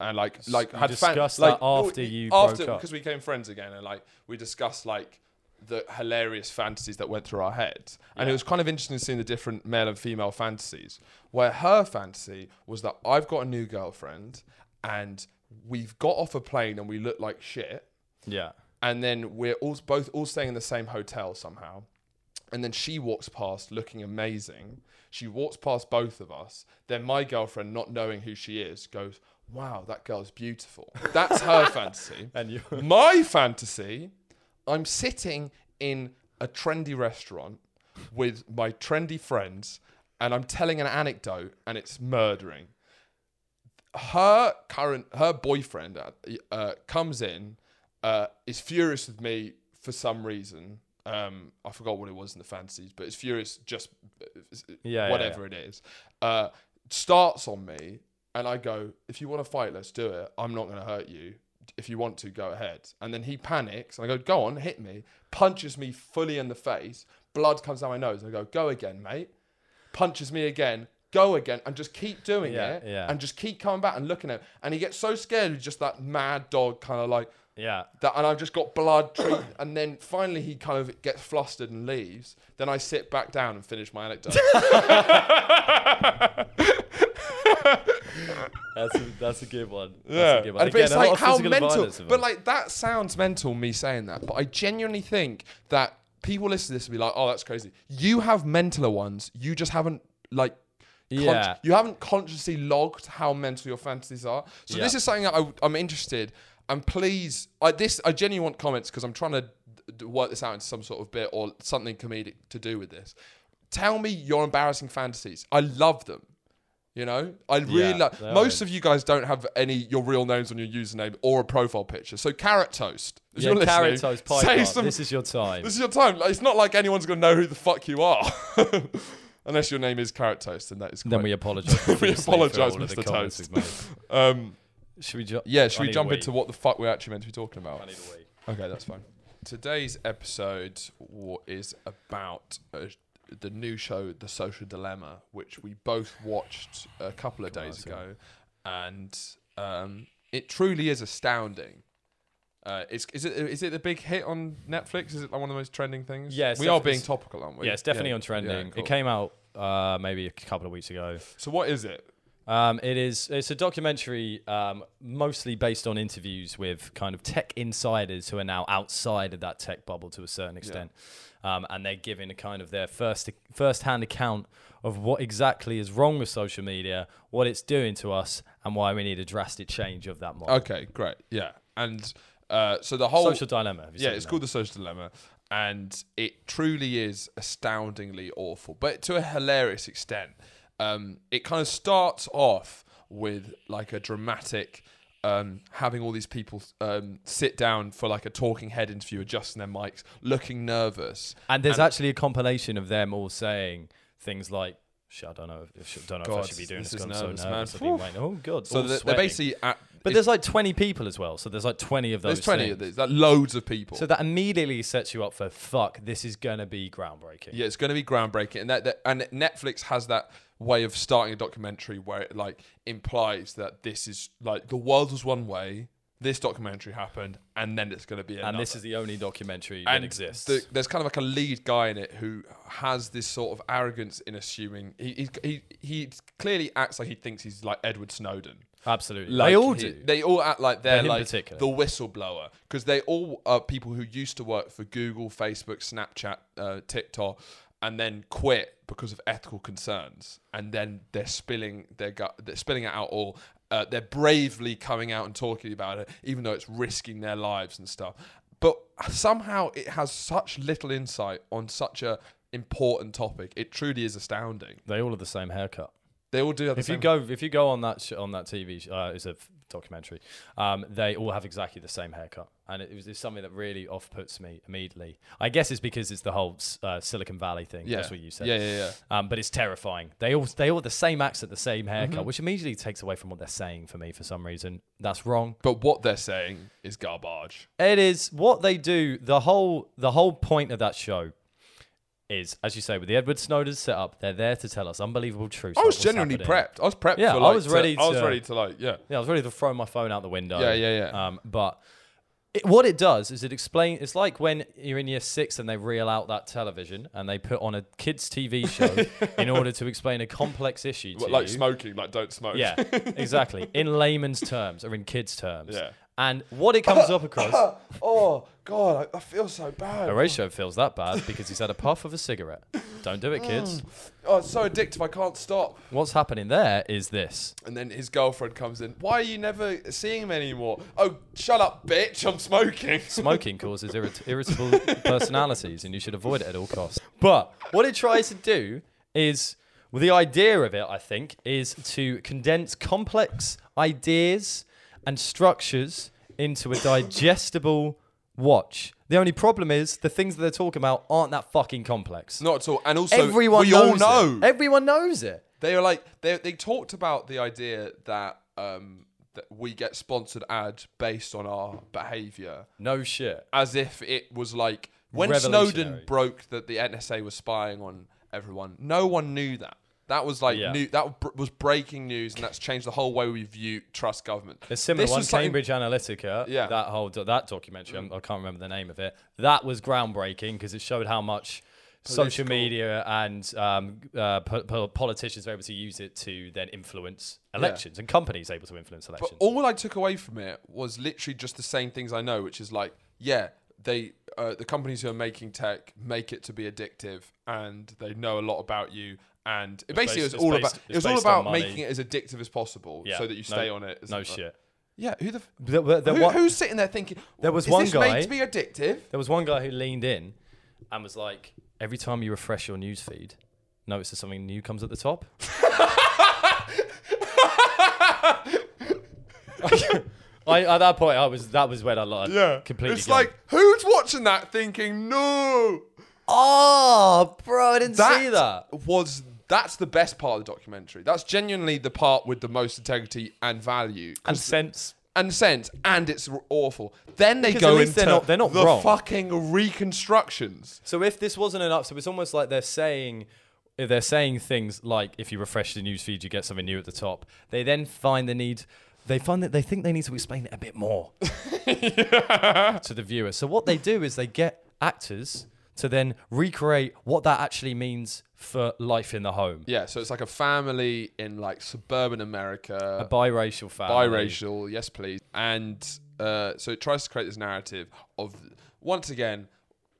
A: And like, like,
B: you
A: had fan-
B: discussed
A: like
B: that after
A: no,
B: you
A: after
B: broke up.
A: because we became friends again, and like we discussed like the hilarious fantasies that went through our heads, and it was kind of interesting seeing the different male and female fantasies. Where her fantasy was that I've got a new girlfriend, and we've got off a plane, and we look like shit,
B: yeah.
A: and then we're all both all staying in the same hotel somehow. And then she walks past looking amazing. She walks past both of us. Then my girlfriend, not knowing who she is, goes, Wow, that girl's beautiful. That's her fantasy.
B: And you
A: My fantasy I'm sitting in a trendy restaurant with my trendy friends and I'm telling an anecdote and it's murdering. Her current, her boyfriend uh, uh, comes in, uh, is furious with me for some reason. Um, I forgot what it was in the fantasies, but it's furious just uh,
B: Yeah, yeah,
A: whatever it is. Uh, starts on me, and I go, "If you want to fight, let's do it. I'm not going to hurt you. If you want to, go ahead." And then he panics, and I go, "Go on, hit me!" Punches me fully in the face. Blood comes down my nose, and I go, "Go again, mate." Punches me again. Go again, and just keep doing
B: Yeah,
A: it,
B: yeah.
A: and just keep coming back and looking at. Him. And he gets so scared, he's just that mad dog kind of like
B: yeah.
A: that and I've just got blood treat and then finally he kind of gets flustered and leaves. Then I sit back down and finish my anecdote.
B: That's a, that's a good one. That's a good one.
A: And- but it's
B: Again, a lot
A: like
B: of
A: how
B: physical
A: mental
B: violence
A: but
B: involved.
A: like that sounds mental me saying that. But I genuinely think that people listen to this and be like, Oh, that's crazy. You have mentaler ones, you just haven't like con-
B: Yeah.
A: you haven't consciously logged how mental your fantasies are. So this
B: Yeah.
A: is something that I, I'm interested. And please, I, this I genuinely want comments because I'm trying to d- d- work this out into some sort of bit or something comedic to do with this. Tell me your embarrassing fantasies. I love them. You know, I really
B: Yeah,
A: love.
B: they are
A: Most of you guys don't have any your real names on your username or a profile picture. So carrot toast. If
B: yeah,
A: you're
B: carrot
A: listening,
B: toast pie.
A: Say
B: bar.
A: some.
B: This is your time.
A: This is your time. Like, it's not like anyone's gonna know who the fuck you are, unless your name is Carrot Toast, and that is.
B: then
A: quite-
B: we apologise. profusely for
A: apologise,
B: all of the
A: Mr.
B: comments
A: Toast.
B: we've made.
A: um,
B: Should we? Ju-
A: yeah, should
B: I
A: we
B: need a
A: jump
B: wee.
A: into what the fuck we're actually meant to be talking
B: I
A: about?
B: need a wee.
A: Okay, that's fine. Today's episode wa- is about uh, the new show, The Social Dilemma, which we both watched a couple of days
B: Come on,
A: ago, and um, it truly is astounding. Uh, it's, is it is it the big hit on Netflix? Is it like one of the most trending things?
B: Yeah, it's
A: we are
B: definitely-
A: being topical, aren't we?
B: Yeah, it's definitely on
A: yeah,
B: trending.
A: cool.
B: It came out uh, maybe a couple of weeks ago.
A: So what is it?
B: Um, it is it's a documentary um, mostly based on interviews with kind of tech insiders who are now outside of that tech bubble to a certain extent, um, and they're giving a kind of their first first hand account of what exactly is wrong with social media, what it's doing to us, and why we need a drastic change of that model.
A: Okay, great. Yeah, and Uh, so the whole
B: Social dilemma. have you
A: yeah,
B: seen
A: it's
B: that?
A: called The Social Dilemma, and it truly is astoundingly awful, but to a hilarious extent. Um, it kind of starts off with like a dramatic. Um, having all these people um, sit down for like a talking head interview, adjusting their mics, looking nervous.
B: And there's actually a compilation of them all saying things like, "Shit, I don't know, if, sh- don't know if I
A: God,
B: should be doing
A: this
B: this.
A: is
B: I'm so
A: nervous,
B: nervous.
A: man.
B: I've been waiting. Oh god.
A: So
B: all
A: they're, they're
B: sweating.
A: basically at.
B: But
A: it's-
B: there's like 20 people as well, so there's like 20 of those.
A: there's 20 of
B: things.
A: these, like loads of people.
B: So that immediately sets you up for fuck. This is gonna be groundbreaking.
A: Yeah, it's going to be groundbreaking, and that, that and Netflix has that way of starting a documentary where it like implies that this is like the world was one way. This documentary happened, and then it's going to be another.
B: And this is the only documentary
A: And
B: that exists.
A: the- there's kind of like a lead guy in it who has this sort of arrogance in assuming he he he, he clearly acts like he thinks he's like Edward Snowden.
B: Absolutely,
A: Like
B: they all
A: he-
B: do.
A: They all act like they're
B: him
A: like
B: particular.
A: the whistleblower because they all are people who used to work for Google, Facebook, Snapchat, uh, TikTok, and then quit because of ethical concerns. And then they're spilling their gut, they're spilling it out all. Uh, they're bravely coming out and talking about it, even though it's risking their lives and stuff. But somehow it has such little insight on such a important topic. It truly is astounding.
B: they all have the same haircut.
A: They all do have the
B: If you
A: same.
B: go, if you go on that sh- on that TV, sh- uh, it's a f- documentary. Um, they all have exactly the same haircut, and it was it's something that really off puts me immediately. I guess it's because it's the whole s- uh, Silicon Valley thing.
A: yeah.
B: That's what you said.
A: Yeah, yeah, yeah.
B: Um, but it's terrifying. They all they all have the same accent, the same haircut,
A: Mm-hmm.
B: which immediately takes away from what they're saying for me for some reason. That's wrong.
A: But what they're saying is garbage.
B: It is what they do. The whole the whole point of that show is, as you say, with the Edward Snowden setup, they're there to tell us unbelievable truths.
A: I
B: about
A: was
B: what's
A: Oh, genuinely
B: happening.
A: prepped. I was prepped.
B: Yeah,
A: for
B: I
A: like,
B: was
A: to-
B: ready
A: I was
B: to-
A: ready to like, yeah,
B: Yeah, I was ready to throw my phone out the window.
A: Yeah, yeah, yeah.
B: Um, but it, what it does is it explains. It's like when you're in year six and they reel out that television and they put on a kids' TV show in order to explain a complex issue to
A: But, like
B: you.
A: smoking, like don't smoke.
B: Yeah, exactly. In layman's terms or in kids' terms.
A: Yeah.
B: And what it comes up across,
A: oh God, I, I feel so bad.
B: Horatio feels that bad because he's had a puff of a cigarette. Don't do it, kids.
A: Oh, it's so addictive. I can't stop.
B: What's happening there is this.
A: And then his girlfriend comes in. Why are you never seeing him anymore? Oh, shut up, bitch! I'm smoking.
B: smoking causes irrit- irritable personalities and you should avoid it at all costs. But what it tries to do is, well, the idea of it, I think, is to condense complex ideas and structures into a digestible watch. The only problem is the things that they're talking about aren't that fucking complex.
A: Not at all. And also,
B: Everyone
A: we
B: knows
A: all know.
B: It. Everyone knows it.
A: They were like they they talked about the idea that um that we get sponsored ads based on our behavior.
B: No shit.
A: as if it was like when Snowden
B: Revolutionary.
A: broke that the NSA was spying on everyone. No one knew that. That was like
B: Yeah.
A: new. That br- was breaking news, and that's changed the whole way we view trust government.
B: A similar
A: This
B: one,
A: was something-
B: Cambridge Analytica.
A: Yeah.
B: that whole do- that documentary. I'm- I can't remember the name of it. That was groundbreaking because it showed how much social
A: Political-
B: media and um, uh, po- po- politicians were able to use it to then influence elections and companies able to influence elections.
A: All I took away from it was literally just the same things I know, which is like, yeah, they uh, the companies who are making tech make it to be addictive, and they know a lot about you. And it basically
B: based-
A: it was
B: it's
A: all
B: based-
A: about it
B: it's
A: was all
B: based on
A: about
B: money.
A: making it as addictive as possible,
B: Yeah.
A: so that you
B: No-
A: stay on it. as-
B: no shit.
A: Yeah, who the f-
B: There, were- there
A: Who-
B: wa-
A: who's sitting there thinking
B: There was
A: is
B: one
A: this
B: guy-
A: made to be addictive?
B: there was one guy who leaned in and was like, "Every time you refresh your news feed, notice that something new comes at the top." I, at that point, I was that was when I like completely.
A: It's
B: gone.
A: like who's watching that thinking no?
B: Oh, bro, I didn't see that.
A: was that's the best part of the documentary. That's genuinely the part with the most integrity and value 'Cause-
B: And sense.
A: and sense, and it's r- awful. Then they
B: Because
A: go
B: at least
A: into
B: they're not- they're not
A: the
B: wrong.
A: fucking reconstructions.
B: So if this wasn't enough, so it's almost like they're saying they're saying things like if you refresh the news feed, you get something new at the top. They then find the need. They find that they think they need to explain it a bit more to the viewer. So what they do is they get actors to then recreate what that actually means for life in the home.
A: Yeah, so it's like a family in like suburban America.
B: A biracial family.
A: biracial, yes, please. And uh, so it tries to create this narrative of once again,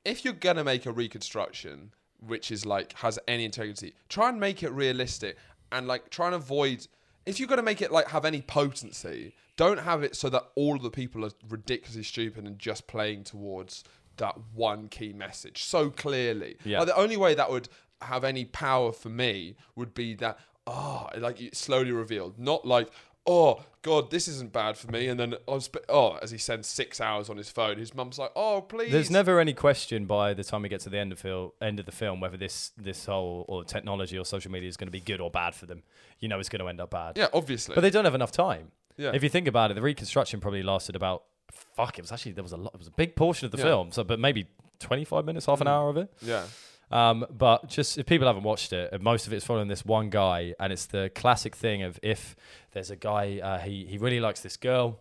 A: if you're gonna make a reconstruction, which is like has any integrity, try and make it realistic and like try and avoid. if you're going to make it like have any potency, don't have it so that all of the people are ridiculously stupid and just playing towards that one key message so clearly.
B: Yeah.
A: Like, the only way that would have any power for me would be that ah, like it's slowly revealed, not like. Oh God, this isn't bad for me. And then I was, oh, as he spends six hours on his phone, his mum's like, "Oh, please."
B: There's never any question by the time we get to the end of fil- end of the film whether this this whole or technology or social media is going to be good or bad for them. You know, it's going to end up bad.
A: Yeah, obviously.
B: But they don't have enough time.
A: Yeah.
B: If you think about it, the reconstruction probably lasted about fuck. It was actually there was a lot. It was a big portion of the
A: Yeah. Mm.
B: film. So, but maybe 25 minutes, half an hour of it.
A: yeah.
B: Um, but just if people haven't watched it, and most of it's following this one guy, and it's the classic thing of if there's a guy uh, he he really likes this girl,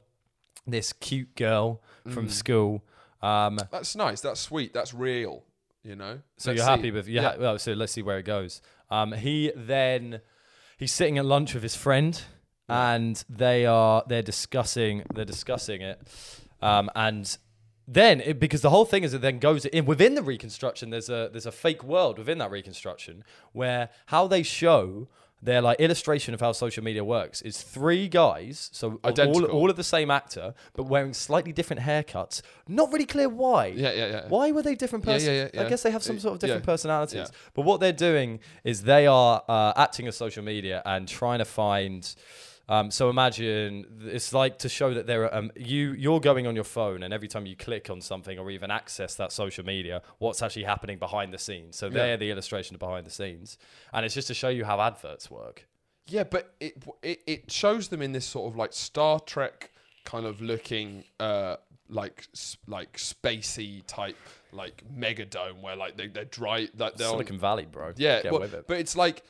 B: this cute girl
A: Mm.
B: from school. Um,
A: That's nice. That's sweet. That's real. You know.
B: so
A: Let's
B: you're
A: see.
B: happy with yeah. well, so let's see where it goes. Um, he then he's sitting at lunch with his friend, and they are they're discussing they're discussing it, um, and then it, because the whole thing is it then goes in within the reconstruction. There's a there's a fake world within that reconstruction where how they show. Their like illustration of how social media works is three guys, so all,
A: Identical.
B: all of the same actor, but wearing slightly different haircuts. Not really clear why.
A: Yeah, yeah, yeah.
B: Why were they different
A: Yeah, yeah,
B: person.
A: yeah,
B: I
A: yeah.
B: guess they have some sort of different
A: Yeah.
B: personalities.
A: Yeah.
B: But what they're doing is they are uh, acting as social media and trying to find. Um, so imagine th- it's like to show that there are um, you you're going on your phone and every time you click on something or even access that social media, what's actually happening behind the scenes. So they're the illustration of behind the scenes, and it's just to show you how adverts work.
A: Yeah, but it, it it shows them in this sort of like Star Trek kind of looking, uh, like s- like spacey type like megadome where like they they're dry like they're on,
B: Silicon Valley, bro.
A: yeah,
B: get
A: well,
B: with it.
A: but it's like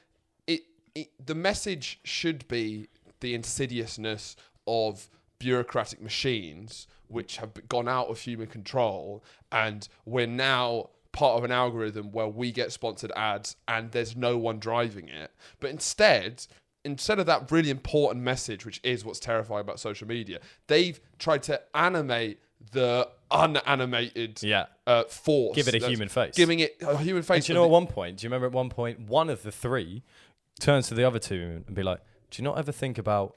A: it, it the message should be the insidiousness of bureaucratic machines which have gone out of human control and we're now part of an algorithm where we get sponsored ads and there's no one driving it but instead instead of that really important message which is what's terrifying about social media they've tried to animate the unanimated
B: Yeah.
A: uh, force
B: Give it a
A: that's
B: human face.
A: giving it a human face
B: Do you
A: of
B: know
A: the-
B: at one point? Do you remember at one point one of the three turns to the other two and be like, "Do you not ever think about?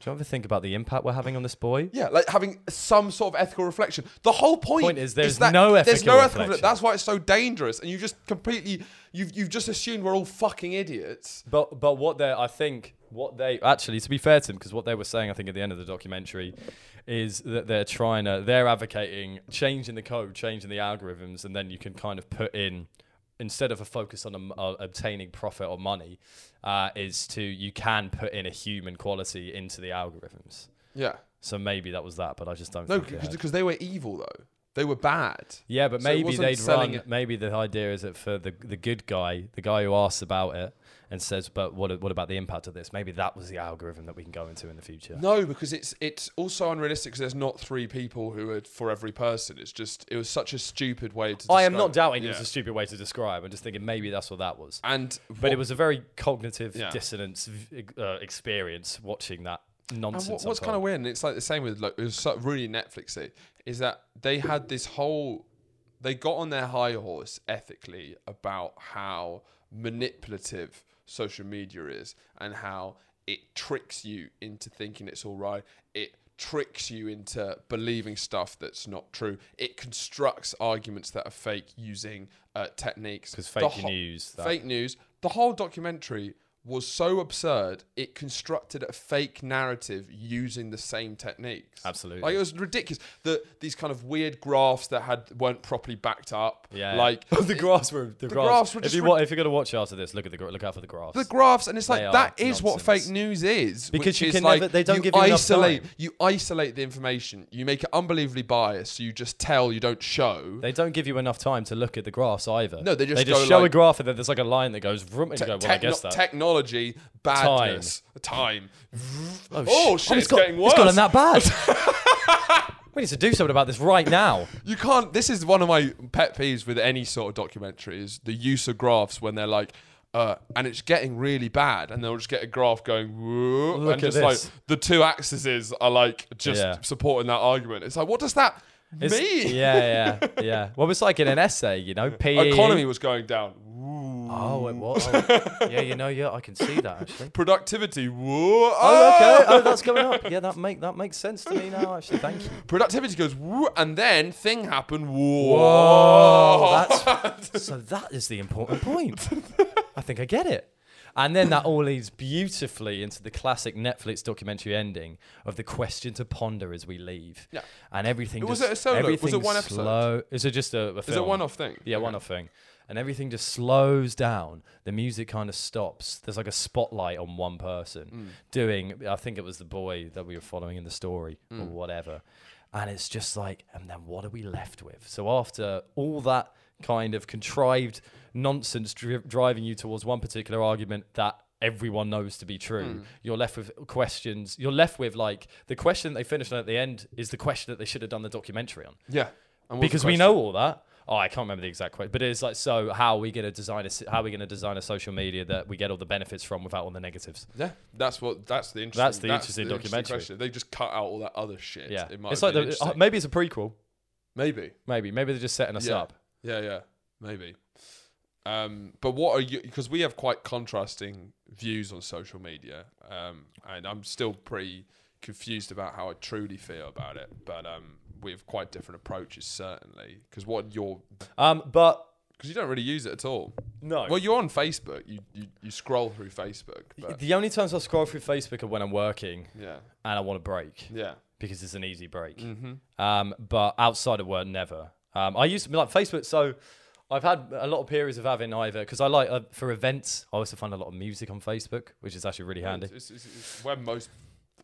B: Do you ever think about the impact we're having on this boy?"
A: Yeah, like having some sort of ethical reflection. The whole point,
B: Point is there's
A: that
B: no
A: there's
B: ethical
A: no ethical
B: reflection.
A: reflection. That's why it's so dangerous, and you just completely you've you've just assumed we're all fucking idiots.
B: But but what they I think what they actually to be fair to them because what they were saying I think at the end of the documentary is that they're trying to they're advocating changing the code, changing the algorithms, and then you can kind of put in instead of a focus on um, uh, obtaining profit or money uh, is to you can put in a human quality into the algorithms.
A: Yeah,
B: So maybe that was that, but I just don't.
A: no,
B: think it had.
A: because they were evil though. They were bad.
B: Yeah, but
A: So it
B: maybe
A: wasn't
B: they'd
A: selling
B: run.
A: it-
B: Maybe the idea is that for the the good guy, the guy who asks about it and says, "But what what about the impact of this?" Maybe that was the algorithm that we can go into in the future.
A: No, because it's it's also unrealistic. Because there's not three people who are for every person. It's just it was such a stupid way to.
B: I am
A: describe
B: not doubting it
A: Yeah.
B: was a stupid way to describe. I'm just thinking maybe that's what that was.
A: And
B: But it was a very cognitive
A: Yeah.
B: dissonance v- uh, experience watching that nonsense.
A: And what, what's kind of
B: unfold.
A: weird, and it's like the same with like it was so, really Netflixy, is that they had this whole, they got on their high horse ethically about how manipulative social media is and how it tricks you into thinking it's all right. It tricks you into believing stuff that's not true. It constructs arguments that are fake using uh, techniques
B: 'Cause
A: The
B: fake
A: ho-
B: news, that-
A: fake news. The whole documentary was so absurd it constructed a fake narrative using the same techniques.
B: Absolutely.
A: like it was ridiculous. The these kind of weird graphs that had weren't properly backed up.
B: yeah.
A: like
B: the graphs were the, graphs.
A: graphs were
B: if
A: just
B: you
A: rid-
B: wa- if you're gonna watch after this, look at the gra- look out for the graphs.
A: the graphs, and it's
B: They
A: like
B: are
A: that is what
B: nonsense.
A: fake news is.
B: Because
A: which
B: you
A: is
B: can
A: like,
B: never- they don't give you enough
A: isolate,
B: time.
A: You isolate the information. You make it unbelievably biased. You just tell. You don't show.
B: They don't give you enough time to look at the graphs either.
A: No, they just go
B: show a
A: like-
B: graph and then there's like a line that goes vroom and you go, well, I
A: Techno-
B: guess that.
A: Technology, badness, time. Oh, shit,
B: Oh,
A: it's, getting worse.
B: It's gotten that bad. we need to do something about this right now.
A: You can't. This is one of my pet peeves with any sort of documentary is the use of graphs when they're like, uh, and it's getting really bad, and they'll just get a graph going, "Whoa," and
B: Look at
A: just
B: this.
A: like the two axes are like just
B: Yeah.
A: supporting that argument. It's like, what does that
B: It's-
A: mean?
B: Yeah, yeah, yeah. Well, it's like in an essay, you know, PE.
A: Economy was going down. Woo.
B: Oh, it was. Oh, yeah, you know, yeah, I can see that actually.
A: Productivity. Whoa.
B: Oh,
A: ah!
B: okay. Oh, that's going up. Yeah, that make that makes sense to me now. Actually, thank you.
A: Productivity goes woo, and then thing happened. Whoa.
B: that's so. That is the important point. I think I get it. And then that all leads beautifully into the classic Netflix documentary ending of the question to ponder as we leave.
A: Yeah.
B: And everything.
A: Was
B: just,
A: it a solo? Was it
B: everything's
A: one episode?
B: Slow. Is it just a? a
A: Is it
B: film?
A: one off thing?
B: Yeah,
A: Okay.
B: one off thing. And everything just slows down. The music kind of stops. There's like a spotlight on one person
A: Mm.
B: doing, I think it was the boy that we were following in the story or
A: Mm.
B: whatever. And it's just like, and then what are we left with? So after all that kind of contrived nonsense dri- driving you towards one particular argument that everyone knows to be true,
A: Mm.
B: you're left with questions. You're left with like the question they finished on at the end is the question that they should have done the documentary on
A: Yeah. And what's the
B: because we
A: question?
B: know all that. Oh, I can't remember the exact quote, but it's like, so how are we going to design a s- how are we going to design a social media that we get all the benefits from without all the negatives?
A: Yeah, that's what. That's the interesting.
B: That's the interesting documentary.
A: question. They just cut out all that other shit.
B: Yeah,
A: it might.
B: it's like the, uh, maybe it's a prequel.
A: maybe.
B: Maybe maybe they're just setting us
A: Yeah.
B: up.
A: Yeah, yeah, maybe. Um, but what are you? Because we have quite contrasting views on social media, um, and I'm still pretty confused about how I truly feel about it. But um, we have quite different approaches, certainly. Because what your
B: Um, but
A: because you don't really use it at all.
B: no.
A: Well, you're on Facebook. You you, you scroll through Facebook. But
B: the only times I scroll through Facebook are when I'm working
A: yeah,
B: and I want a break
A: yeah,
B: because it's an easy break.
A: mm-hmm.
B: Um, but outside of work, never. Um, I used to be like Facebook. So I've had a lot of periods of having either because I like uh, for events. I also find a lot of music on Facebook, which is actually really handy.
A: It's, it's, it's where most.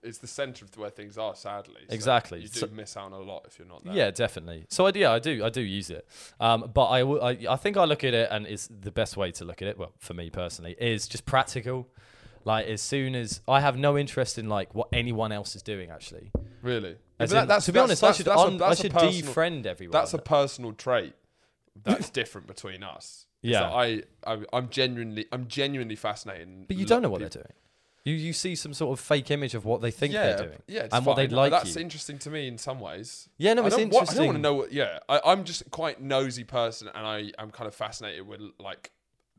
A: It's the center of where things are, sadly. So
B: Exactly.
A: you do
B: So-
A: miss out on a lot if you're not there.
B: Yeah, definitely. So I do, yeah, I do, I do use it. Um, but I, w- I, I think I look at it, and it's the best way to look at it. Well, for me personally, is just practical. Like as soon as I have no interest in like what anyone else is doing, actually.
A: Really?
B: As
A: But that-
B: in- to be honest, I should
A: that's a-
B: un-
A: that's
B: I
A: a
B: should
A: personal-
B: defriend everyone.
A: That's a personal trait that's different between us. Is
B: Yeah.
A: that I, I I'm genuinely I'm genuinely fascinated.
B: but you don't know what they're doing. You you see some sort of fake image of what they think
A: yeah,
B: they're doing.
A: yeah, it's
B: and what
A: fine.
B: they'd like
A: That's
B: you.
A: interesting to me in some ways.
B: Yeah, no,
A: I
B: it's
A: don't wa- I don't want to
B: interesting.
A: know what. Yeah, I, I'm just quite nosy person, and I am kind of fascinated with like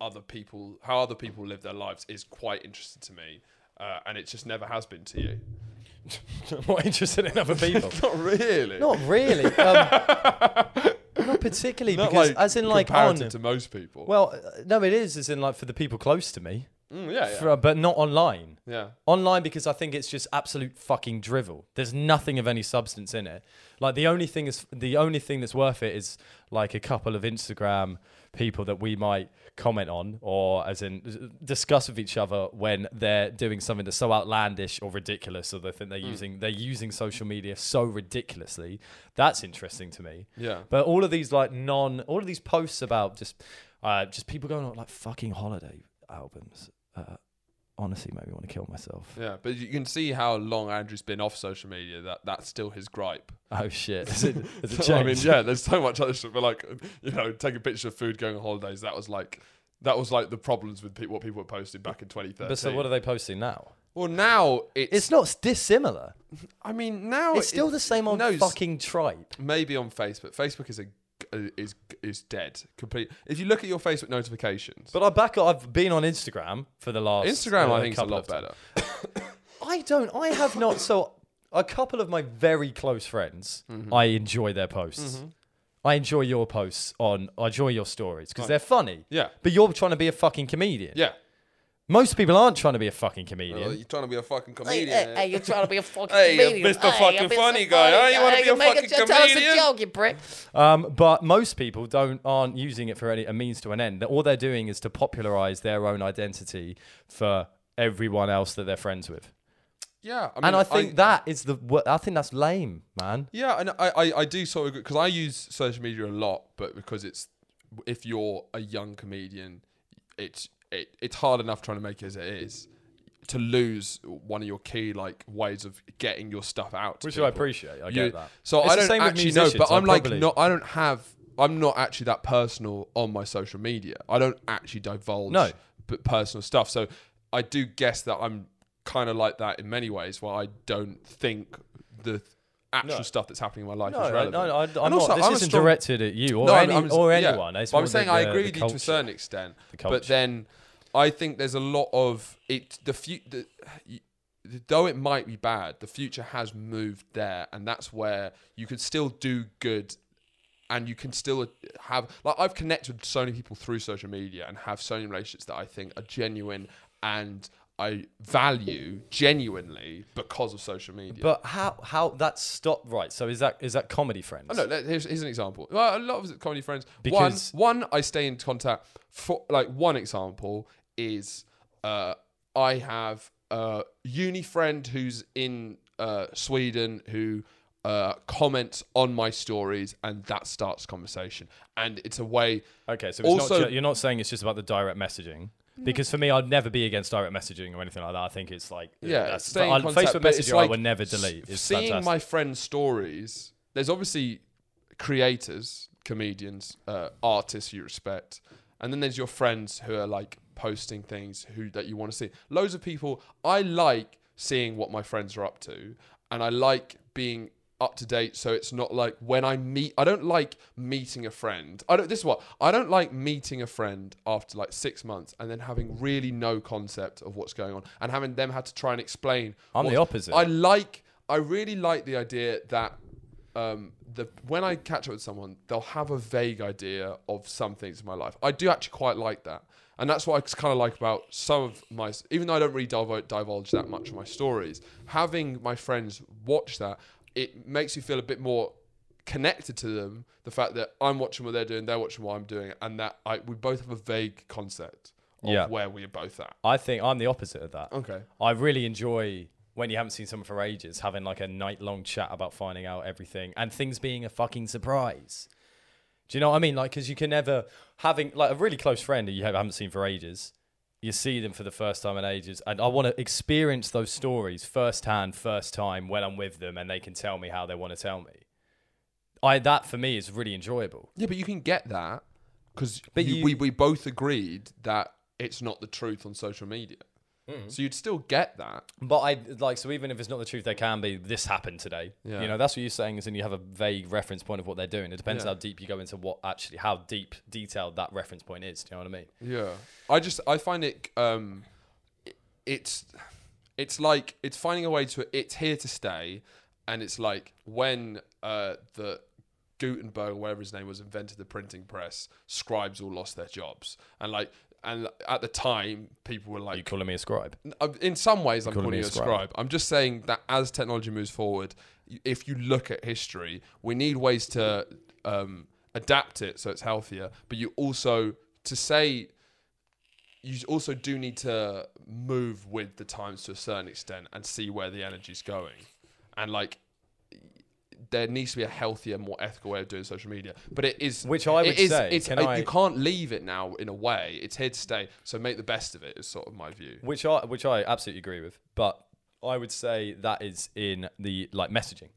A: other people, how other people live their lives is quite interesting to me, uh, and it just never has been to you.
B: I'm not interested in other people.
A: Not really.
B: not really. Um, not particularly
A: Not
B: because
A: like
B: as in like on
A: comparative to most people.
B: well uh, no it is as in like for the people close to me
A: Mm, yeah, yeah,
B: for, uh, but not online.
A: yeah.
B: Online because I think it's just absolute fucking drivel. There's nothing of any substance in it. Like the only thing is the only thing that's worth it is like a couple of Instagram people that we might comment on or as in discuss with each other when they're doing something that's so outlandish or ridiculous or they think they're using they're using social media so ridiculously. That's interesting to me.
A: Yeah.
B: But all of these like non, all of these posts about just, uh, just people going on like fucking holiday albums. Uh, honestly, made me want to kill myself.
A: Yeah, but you can see how long Andrew's been off social media. That that's still his gripe.
B: Oh shit! Is it, is it
A: I mean,
B: changed?
A: yeah, there's so much other stuff. But like, you know, take a picture of food going on holidays. That was like, that was like the problems with pe- what people were posting back in 2013.
B: But so what are they posting now?
A: well, now it's,
B: It's not s- dissimilar.
A: I mean, now
B: It's still
A: it-
B: the same old
A: no, it's-
B: fucking tripe.
A: maybe on Facebook. Facebook is a uh, is is dead complete. If you look at your Facebook notifications,
B: But I back. I've been on Instagram for the last
A: Instagram,
B: uh,
A: I think, is a
B: couple
A: lot
B: of times.
A: better.
B: I don't. I have not. So a couple of my very close friends,
A: Mm-hmm.
B: I enjoy their posts. I enjoy your posts on. I enjoy your stories because they're funny.
A: Yeah.
B: But you're trying to be a fucking comedian.
A: Yeah.
B: Most people aren't trying to be a fucking comedian.
A: Well, Oh, you're trying to be a fucking
C: Hey,
A: comedian.
C: hey,
A: eh?
C: hey, you're trying to be a fucking
A: Hey, you're
C: comedian.
A: Mr. fucking
C: you're Mr.
A: funny guy, huh? You wanna be a
C: make
A: fucking
C: jo- tell us a
A: comedian?
C: joke, you prick.
B: Um, but most people don't aren't using it for any a means to an end. That all they're doing is to popularize their own identity for everyone else that they're friends with.
A: Yeah. I mean,
B: And I think that is the. wo- I think that's lame, man.
A: Yeah, and I, I, I do sort of agree because I use social media a lot, but because it's if you're a young comedian, it's it, it's hard enough trying to make it as it is to lose one of your key like ways of getting your stuff out. to
B: Which I
A: people.
B: appreciate. I
A: You-
B: get that.
A: So
B: It's
A: I
B: the
A: don't
B: same with
A: actually know, but
B: musicians, I
A: I'm like
B: probably-
A: not. I don't have. I'm not actually that personal on my social media. I don't actually divulge
B: No.
A: p- personal stuff. So I do guess that I'm kind of like that in many ways, where I don't think the actual
B: No.
A: stuff that's happening in my life
B: No,
A: is
B: I-
A: relevant.
B: no, no, I, am
A: And also,
B: not. This
A: I'm a
B: isn't
A: strong-
B: directed at you or,
A: No, I'm-
B: any,
A: I'm-
B: or
A: yeah.
B: anyone. It's
A: But I'm
B: more the-
A: saying I
B: the-
A: agree
B: the
A: with you to a
B: culture.
A: certain extent,
B: The
A: but
B: culture.
A: then I think there's a lot of it. The, fu- the y- though it might be bad, the future has moved there, and that's where you can still do good, and you can still have like I've connected with so many people through social media and have so many relationships that I think are genuine and I value genuinely because of social media.
B: But how how that stopped right? So is that is that comedy friends?
A: Oh, no, let- here's, here's an example. Well, a lot of comedy friends.
B: Because-
A: one, one, I stay in contact. For like one example is, uh, I have a uni friend who's in uh, Sweden who uh, comments on my stories, and that starts conversation. And it's a way.
B: Okay, so it's also,
A: Also-
B: not, ju- you're not saying it's just about the direct messaging. Because for me, I'd never be against direct messaging or anything like that. I think it's like
A: Yeah,
B: that's,
A: stay in
B: on
A: contact,
B: Facebook
A: but it's
B: Messenger, I
A: like
B: would never
A: s-
B: delete. It's
A: seeing
B: fantastic.
A: my friends' stories, there's obviously creators, comedians, uh, artists you respect, and then there's your friends who are like posting things who that you want to see. Loads of people. I like seeing what my friends are up to, and I like being up to date. So it's not like when I meet. I don't like meeting a friend. I don't. This is what I don't like meeting a friend after like six months and then having really no concept of what's going on and having them had to try and explain.
B: I'm the
A: what's-
B: opposite.
A: I like I really like the idea that um, the when I catch up with someone, they'll have a vague idea of some things in my life. I do actually quite like that, and that's what I kind of like about some of my. Even though I don't really divulge, divulge that much of my stories, having my friends watch that, it makes me feel a bit more connected to them. The fact that I'm watching what they're doing, they're watching what I'm doing, and that I, we both have a vague concept of
B: Yeah.
A: where we are both at.
B: I think I'm the opposite of that.
A: Okay.
B: I really enjoy when you haven't seen someone for ages having like a night long chat about finding out everything and things being a fucking surprise. Do you know what I mean? Like, because you can never having like a really close friend that you haven't seen for ages. You see them for the first time in ages, and I want to experience those stories firsthand, first time when I'm with them, and they can tell me how they want to tell me. I that for me is really enjoyable.
A: Yeah, but you can get that because
B: But you-
A: we, we both agreed that it's not the truth on social media.
B: Hmm.
A: So you'd still get that.
B: But I like so even if it's not the truth, there can be this happened today.
A: Yeah.
B: You know, that's what you're saying is, and you have a vague reference point of what they're doing. It depends
A: Yeah.
B: how deep you go into what actually how deep detailed that reference point is. Do you know what I mean?
A: Yeah. I just, I find it, um, it- it's, it's like, it's finding a way to, it's here to stay. And it's like when uh, the Gutenberg, or whatever his name was, invented the printing press, scribes all lost their jobs. And like, and at the time, people were
B: Are you
A: like,
B: calling me a scribe?
A: I'm- in some ways, I'm
B: calling
A: calling
B: me
A: you
B: a
A: a
B: scribe.
A: scribe. I'm just saying that as technology moves forward, y- if you look at history, we need ways to um, adapt it so it's healthier. But you also to say you also do need to move with the times to a certain extent and see where the energy's going, and like there needs to be a healthier, more ethical way of doing social media. But it is
B: Which I
A: it
B: would
A: is-
B: say,
A: it's,
B: can
A: uh,
B: I-
A: you can't leave it now. In a way, it's here to stay. So make the best of it. Is sort of my view.
B: Which I which I absolutely agree with. But I would say that is in the like messaging.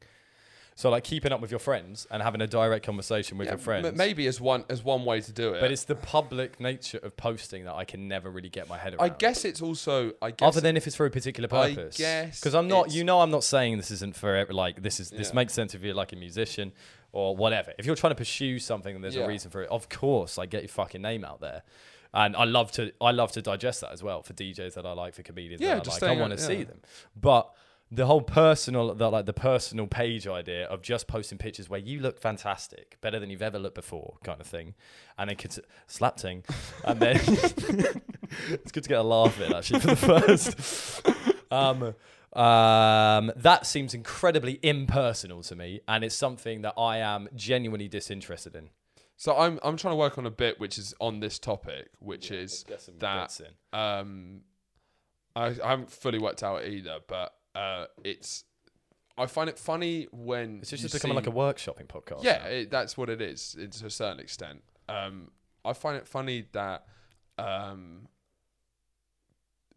B: So like keeping up with your friends and having a direct conversation with
A: Yeah,
B: your friends.
A: m- maybe as one as one way to do it.
B: But it's the public nature of posting that I can never really get my head around.
A: I guess it's also I guess
B: other than if it's for a particular
A: I
B: purpose.
A: guess
B: because I'm not.
A: it's-
B: You know, I'm not saying this isn't for ev- like this is. This
A: Yeah.
B: makes sense if you're like a musician or whatever. If you're trying to pursue something and there's a
A: Yeah.
B: reason for it, of course, like get your fucking name out there. And I love to. I love to digest that as well for DJs that I like, for comedians
A: Yeah,
B: that I
A: just
B: like. I
A: staying
B: want to
A: on-
B: see
A: yeah.
B: them, but. The whole personal, the, like the personal page idea of just posting pictures where you look fantastic, better than you've ever looked before, kind of thing, and then cons- slap ting, and then it's good to get a laugh in actually for the first. Um, um, that seems incredibly impersonal to me, and it's something that I am genuinely disinterested in.
A: so I'm I'm trying to work on a bit which is on this topic, which is that
B: in.
A: um I, I haven't fully worked out either, but uh it's I find it funny when
B: It's just,
A: you
B: just becoming
A: see-
B: like a workshopping podcast.
A: yeah it, that's what it is it, to a certain extent. Um, I find it funny that um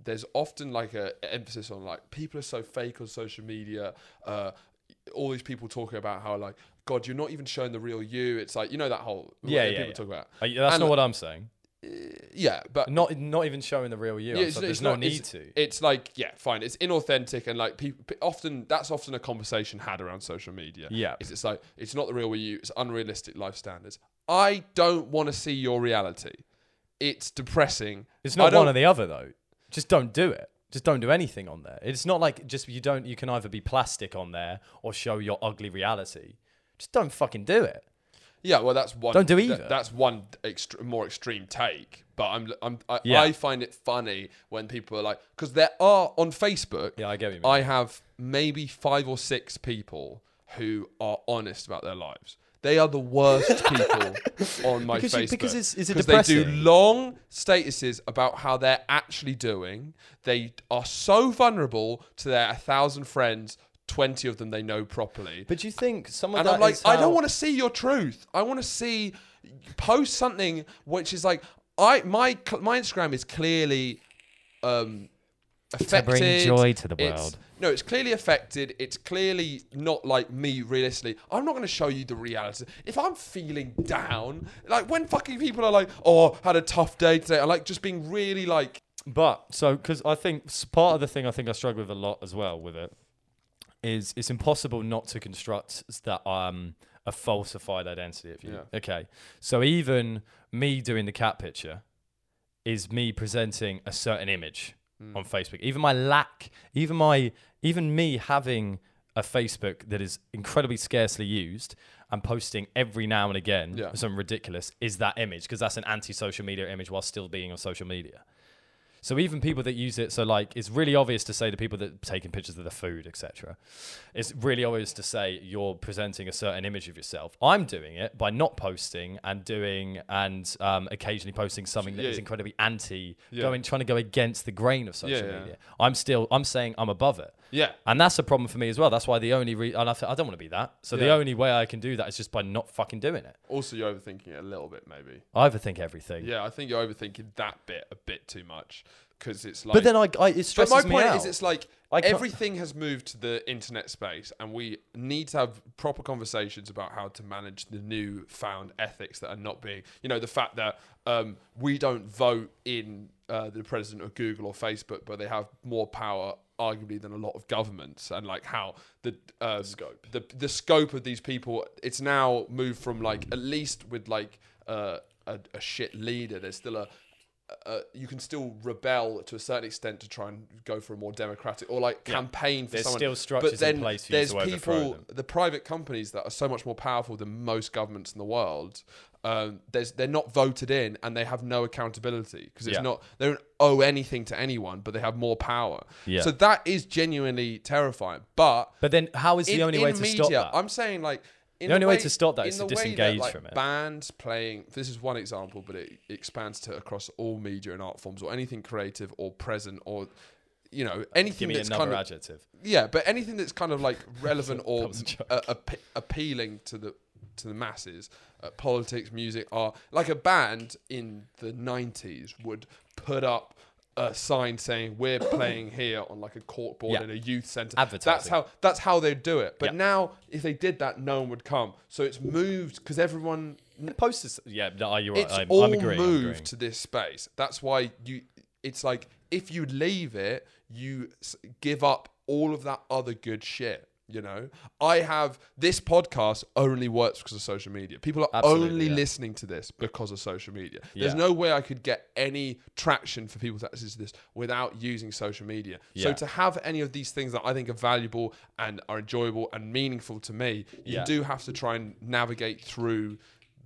A: there's often like a emphasis on like people are so fake on social media uh all these people talking about how like god you're not even showing the real you it's like you know that whole
B: Yeah,
A: what
B: yeah,
A: people
B: yeah.
A: talk about
B: now. Uh, yeah, that's
A: And-
B: not what I'm saying.
A: yeah, but
B: Not not even showing the real you.
A: Yeah,
B: I'm
A: it's-
B: sorry,
A: it's
B: there's no
A: not-
B: need to.
A: it's like yeah, fine. It's inauthentic and like people often that's often a conversation had around social media.
B: Yeah.
A: is it's like it's not the real you. It's unrealistic life standards. I don't want to see your reality. It's depressing.
B: It's
A: I
B: not
A: don't-
B: one or the other though. Just don't do it. Just don't do anything on there. It's not like just you don't. You can either be plastic on there or show your ugly reality. Just don't fucking do it.
A: Yeah, well, that's one.
B: Don't do
A: th-
B: either.
A: that's one ext- more extreme take. But I'm, I'm I,
B: Yeah.
A: I find it funny when people are like, because there are on Facebook.
B: Yeah, I get what you mean.
A: I have maybe five or six people who are honest about their lives. They are the worst people on my
B: Because you-
A: Facebook
B: because it's- is it
A: 'Cause they do
B: depressing?
A: long statuses about how they're actually doing. They are so vulnerable to their thousand friends. Twenty of them they know properly
B: But you think some of
A: and
B: that
A: I'm like,
B: is
A: I
B: how-
A: don't want to see your truth. I want to see post something which is like I my cl- my Instagram is clearly um affected.
B: joy to the
A: It's-
B: world.
A: no, it's clearly affected. It's clearly not like me realistically. I'm not going to show you the reality. If I'm feeling down, like when fucking people are like, "Oh, had a tough day today," I like just being really like,
B: But so, because I think s- part of the thing I think I struggle with a lot as well with it is it's impossible not to construct s- that um a falsified identity of you.
A: Yeah.
B: Okay, so even me doing the cat picture is me presenting a certain image
A: Hmm.
B: on Facebook. Even my lack, even my, even me having a Facebook that is incredibly scarcely used and posting every now and again
A: Yeah.
B: something ridiculous is that image because that's an anti-social media image while still being on social media. So even people that use it, so like it's really obvious to say the people that are taking pictures of the food, etc. It's really obvious to say you're presenting a certain image of yourself. I'm doing it by not posting and doing and um, occasionally posting something that is
A: Yeah.
B: incredibly anti, going trying to go against the grain of social
A: Yeah, yeah.
B: media. I'm still I'm saying I'm above it.
A: yeah,
B: And that's a problem for me as well. That's why the only re- and I, th- I don't want to be that. So the
A: Yeah.
B: only way I can do that is just by not fucking doing it.
A: Also, you're overthinking it a little bit, maybe.
B: I overthink everything.
A: Yeah, I think you're overthinking that bit a bit too much because it's like.
B: But then I, I it
A: But
B: stresses
A: my
B: me
A: point
B: out.
A: is, it's like
B: I can't-
A: everything has moved to the internet space, and we need to have proper conversations about how to manage the new found ethics that are not being, you know, the fact that um, we don't vote in uh, the president of Google or Facebook, but they have more power. Arguably, than a lot of governments, and like how the uh, scope, the the scope of these people, it's now moved from like at least with like uh, a, a shit leader, there's still a uh, you can still rebel to a certain extent to try and go for a more democratic or like campaign for
B: There's
A: someone.
B: still structures
A: but
B: in
A: then
B: place for you
A: there's
B: to overthrow
A: people,
B: them.
A: the private companies that are so much more powerful than most governments in the world. Um, there's they're not voted in and they have no accountability because it's
B: Yeah.
A: not they don't owe anything to anyone, but they have more power.
B: Yeah.
A: So that is genuinely terrifying. But
B: but then how is the
A: in-
B: only way
A: in
B: to stop
A: media,
B: that?
A: I'm saying like in
B: The only way to stop that
A: in
B: is to
A: the way
B: disengage
A: like,
B: from it.
A: Bands playing this is one example, but it expands to across all media and art forms or anything creative or present or you know anything
B: Give me
A: that's
B: another
A: kind of
B: adjective.
A: yeah, but anything that's kind of like relevant or
B: was a joke.
A: uh, appe- appealing to the to the masses, uh, politics, music, art, like a band in the '90s would put up a sign saying "We're playing here" on like a corkboard
B: Yeah.
A: in a youth centre. That's
B: Advertising.
A: how that's how they'd do it. But
B: Yeah.
A: now, if they did that, no one would come. So it's moved because everyone
B: Posters, yeah, no, you're right.
A: it's
B: I'm,
A: all
B: I'm agreeing. I'm
A: moved
B: agreeing.
A: to this space. That's why you. It's like if you leave it, you s- give up all of that other good shit. You know, I have this podcast only works because of social media. People are
B: Absolutely,
A: only
B: yeah.
A: listening to this because of social media. There's
B: Yeah.
A: no way I could get any traction for people to access to this without using social media. So
B: Yeah.
A: to have any of these things that I think are valuable and are enjoyable and meaningful to me, you
B: Yeah.
A: do have to try and navigate through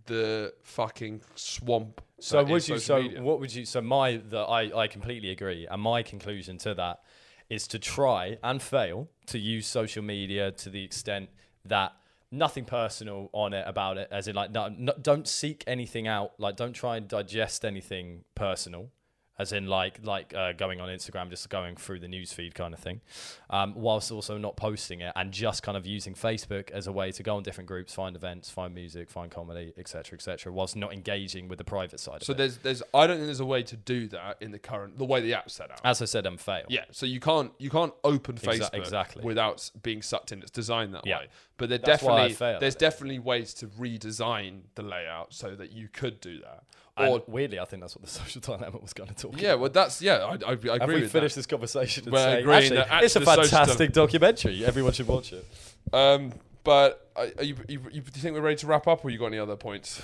A: the fucking swamp.
B: So
A: that
B: would
A: is
B: you?
A: social
B: So
A: media.
B: what would you? So my, the, I, I completely agree, and my conclusion to that is to try and fail to use social media to the extent that nothing personal on it about it, as in like no, no, don't seek anything out, like don't try and digest anything personal. As in, like, like uh, going on Instagram, just going through the newsfeed kind of thing, um, whilst also not posting it and just kind of using Facebook as a way to go on different groups, find events, find music, find comedy, etc., etc., whilst not engaging with the private side.
A: so
B: of it.
A: there's there's I don't think there's a way to do that in the current the way the app's set up.
B: as I said, I'm fail.
A: Yeah, so you can't you can't open
B: Uh, Exa-
A: Facebook
B: exactly.
A: without s- being sucked in. It's designed that
B: Yeah.
A: way, but there
B: That's why I
A: definitely
B: failed
A: there's
B: at it.
A: definitely ways to redesign the layout so that you could do that,
B: And
A: Or-
B: weirdly, I think that's what the social dilemma was kind of talking.
A: Yeah,
B: about.
A: well, that's yeah. I, I, I agree
B: Have we
A: with
B: finished
A: that.
B: this conversation? And
A: We're
B: say,
A: agreeing
B: actually,
A: that
B: it's a
A: actually the social
B: fantastic documentary. Everyone should watch it.
A: Um, but are are you, you, you, do you think we're ready to wrap up, or you got any other points?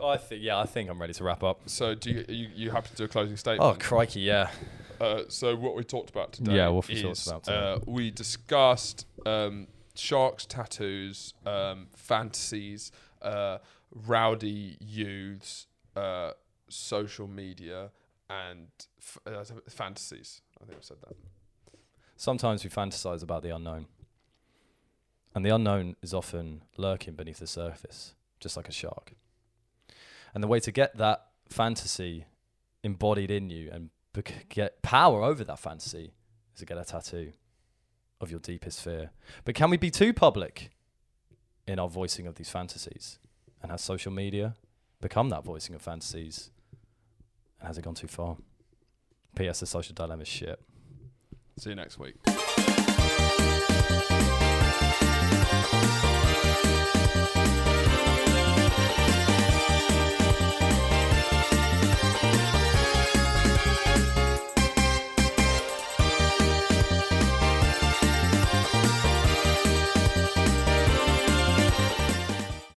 B: I think. Yeah, I think I'm ready to wrap up.
A: So do you you, you happy to do a closing
B: Oh
A: statement?
B: crikey, yeah.
A: Uh, so what we talked about today.
B: Yeah, what we talked
A: is,
B: about today.
A: Uh, we discussed um, sharks, tattoos, um, fantasies, uh, rowdy youths, uh, social media, and f- uh, fantasies. I think I said that.
B: Sometimes we fantasize about the unknown, and the unknown is often lurking beneath the surface, just like a shark. And the way to get that fantasy embodied in you and bec- get power over that fantasy is to get a tattoo of your deepest fear. But can we be too public in our voicing of these fantasies? And has social media become that voicing of fantasies? And has it gone too far? P.S. The social dilemma is shit.
A: See you next week.
C: Thank you.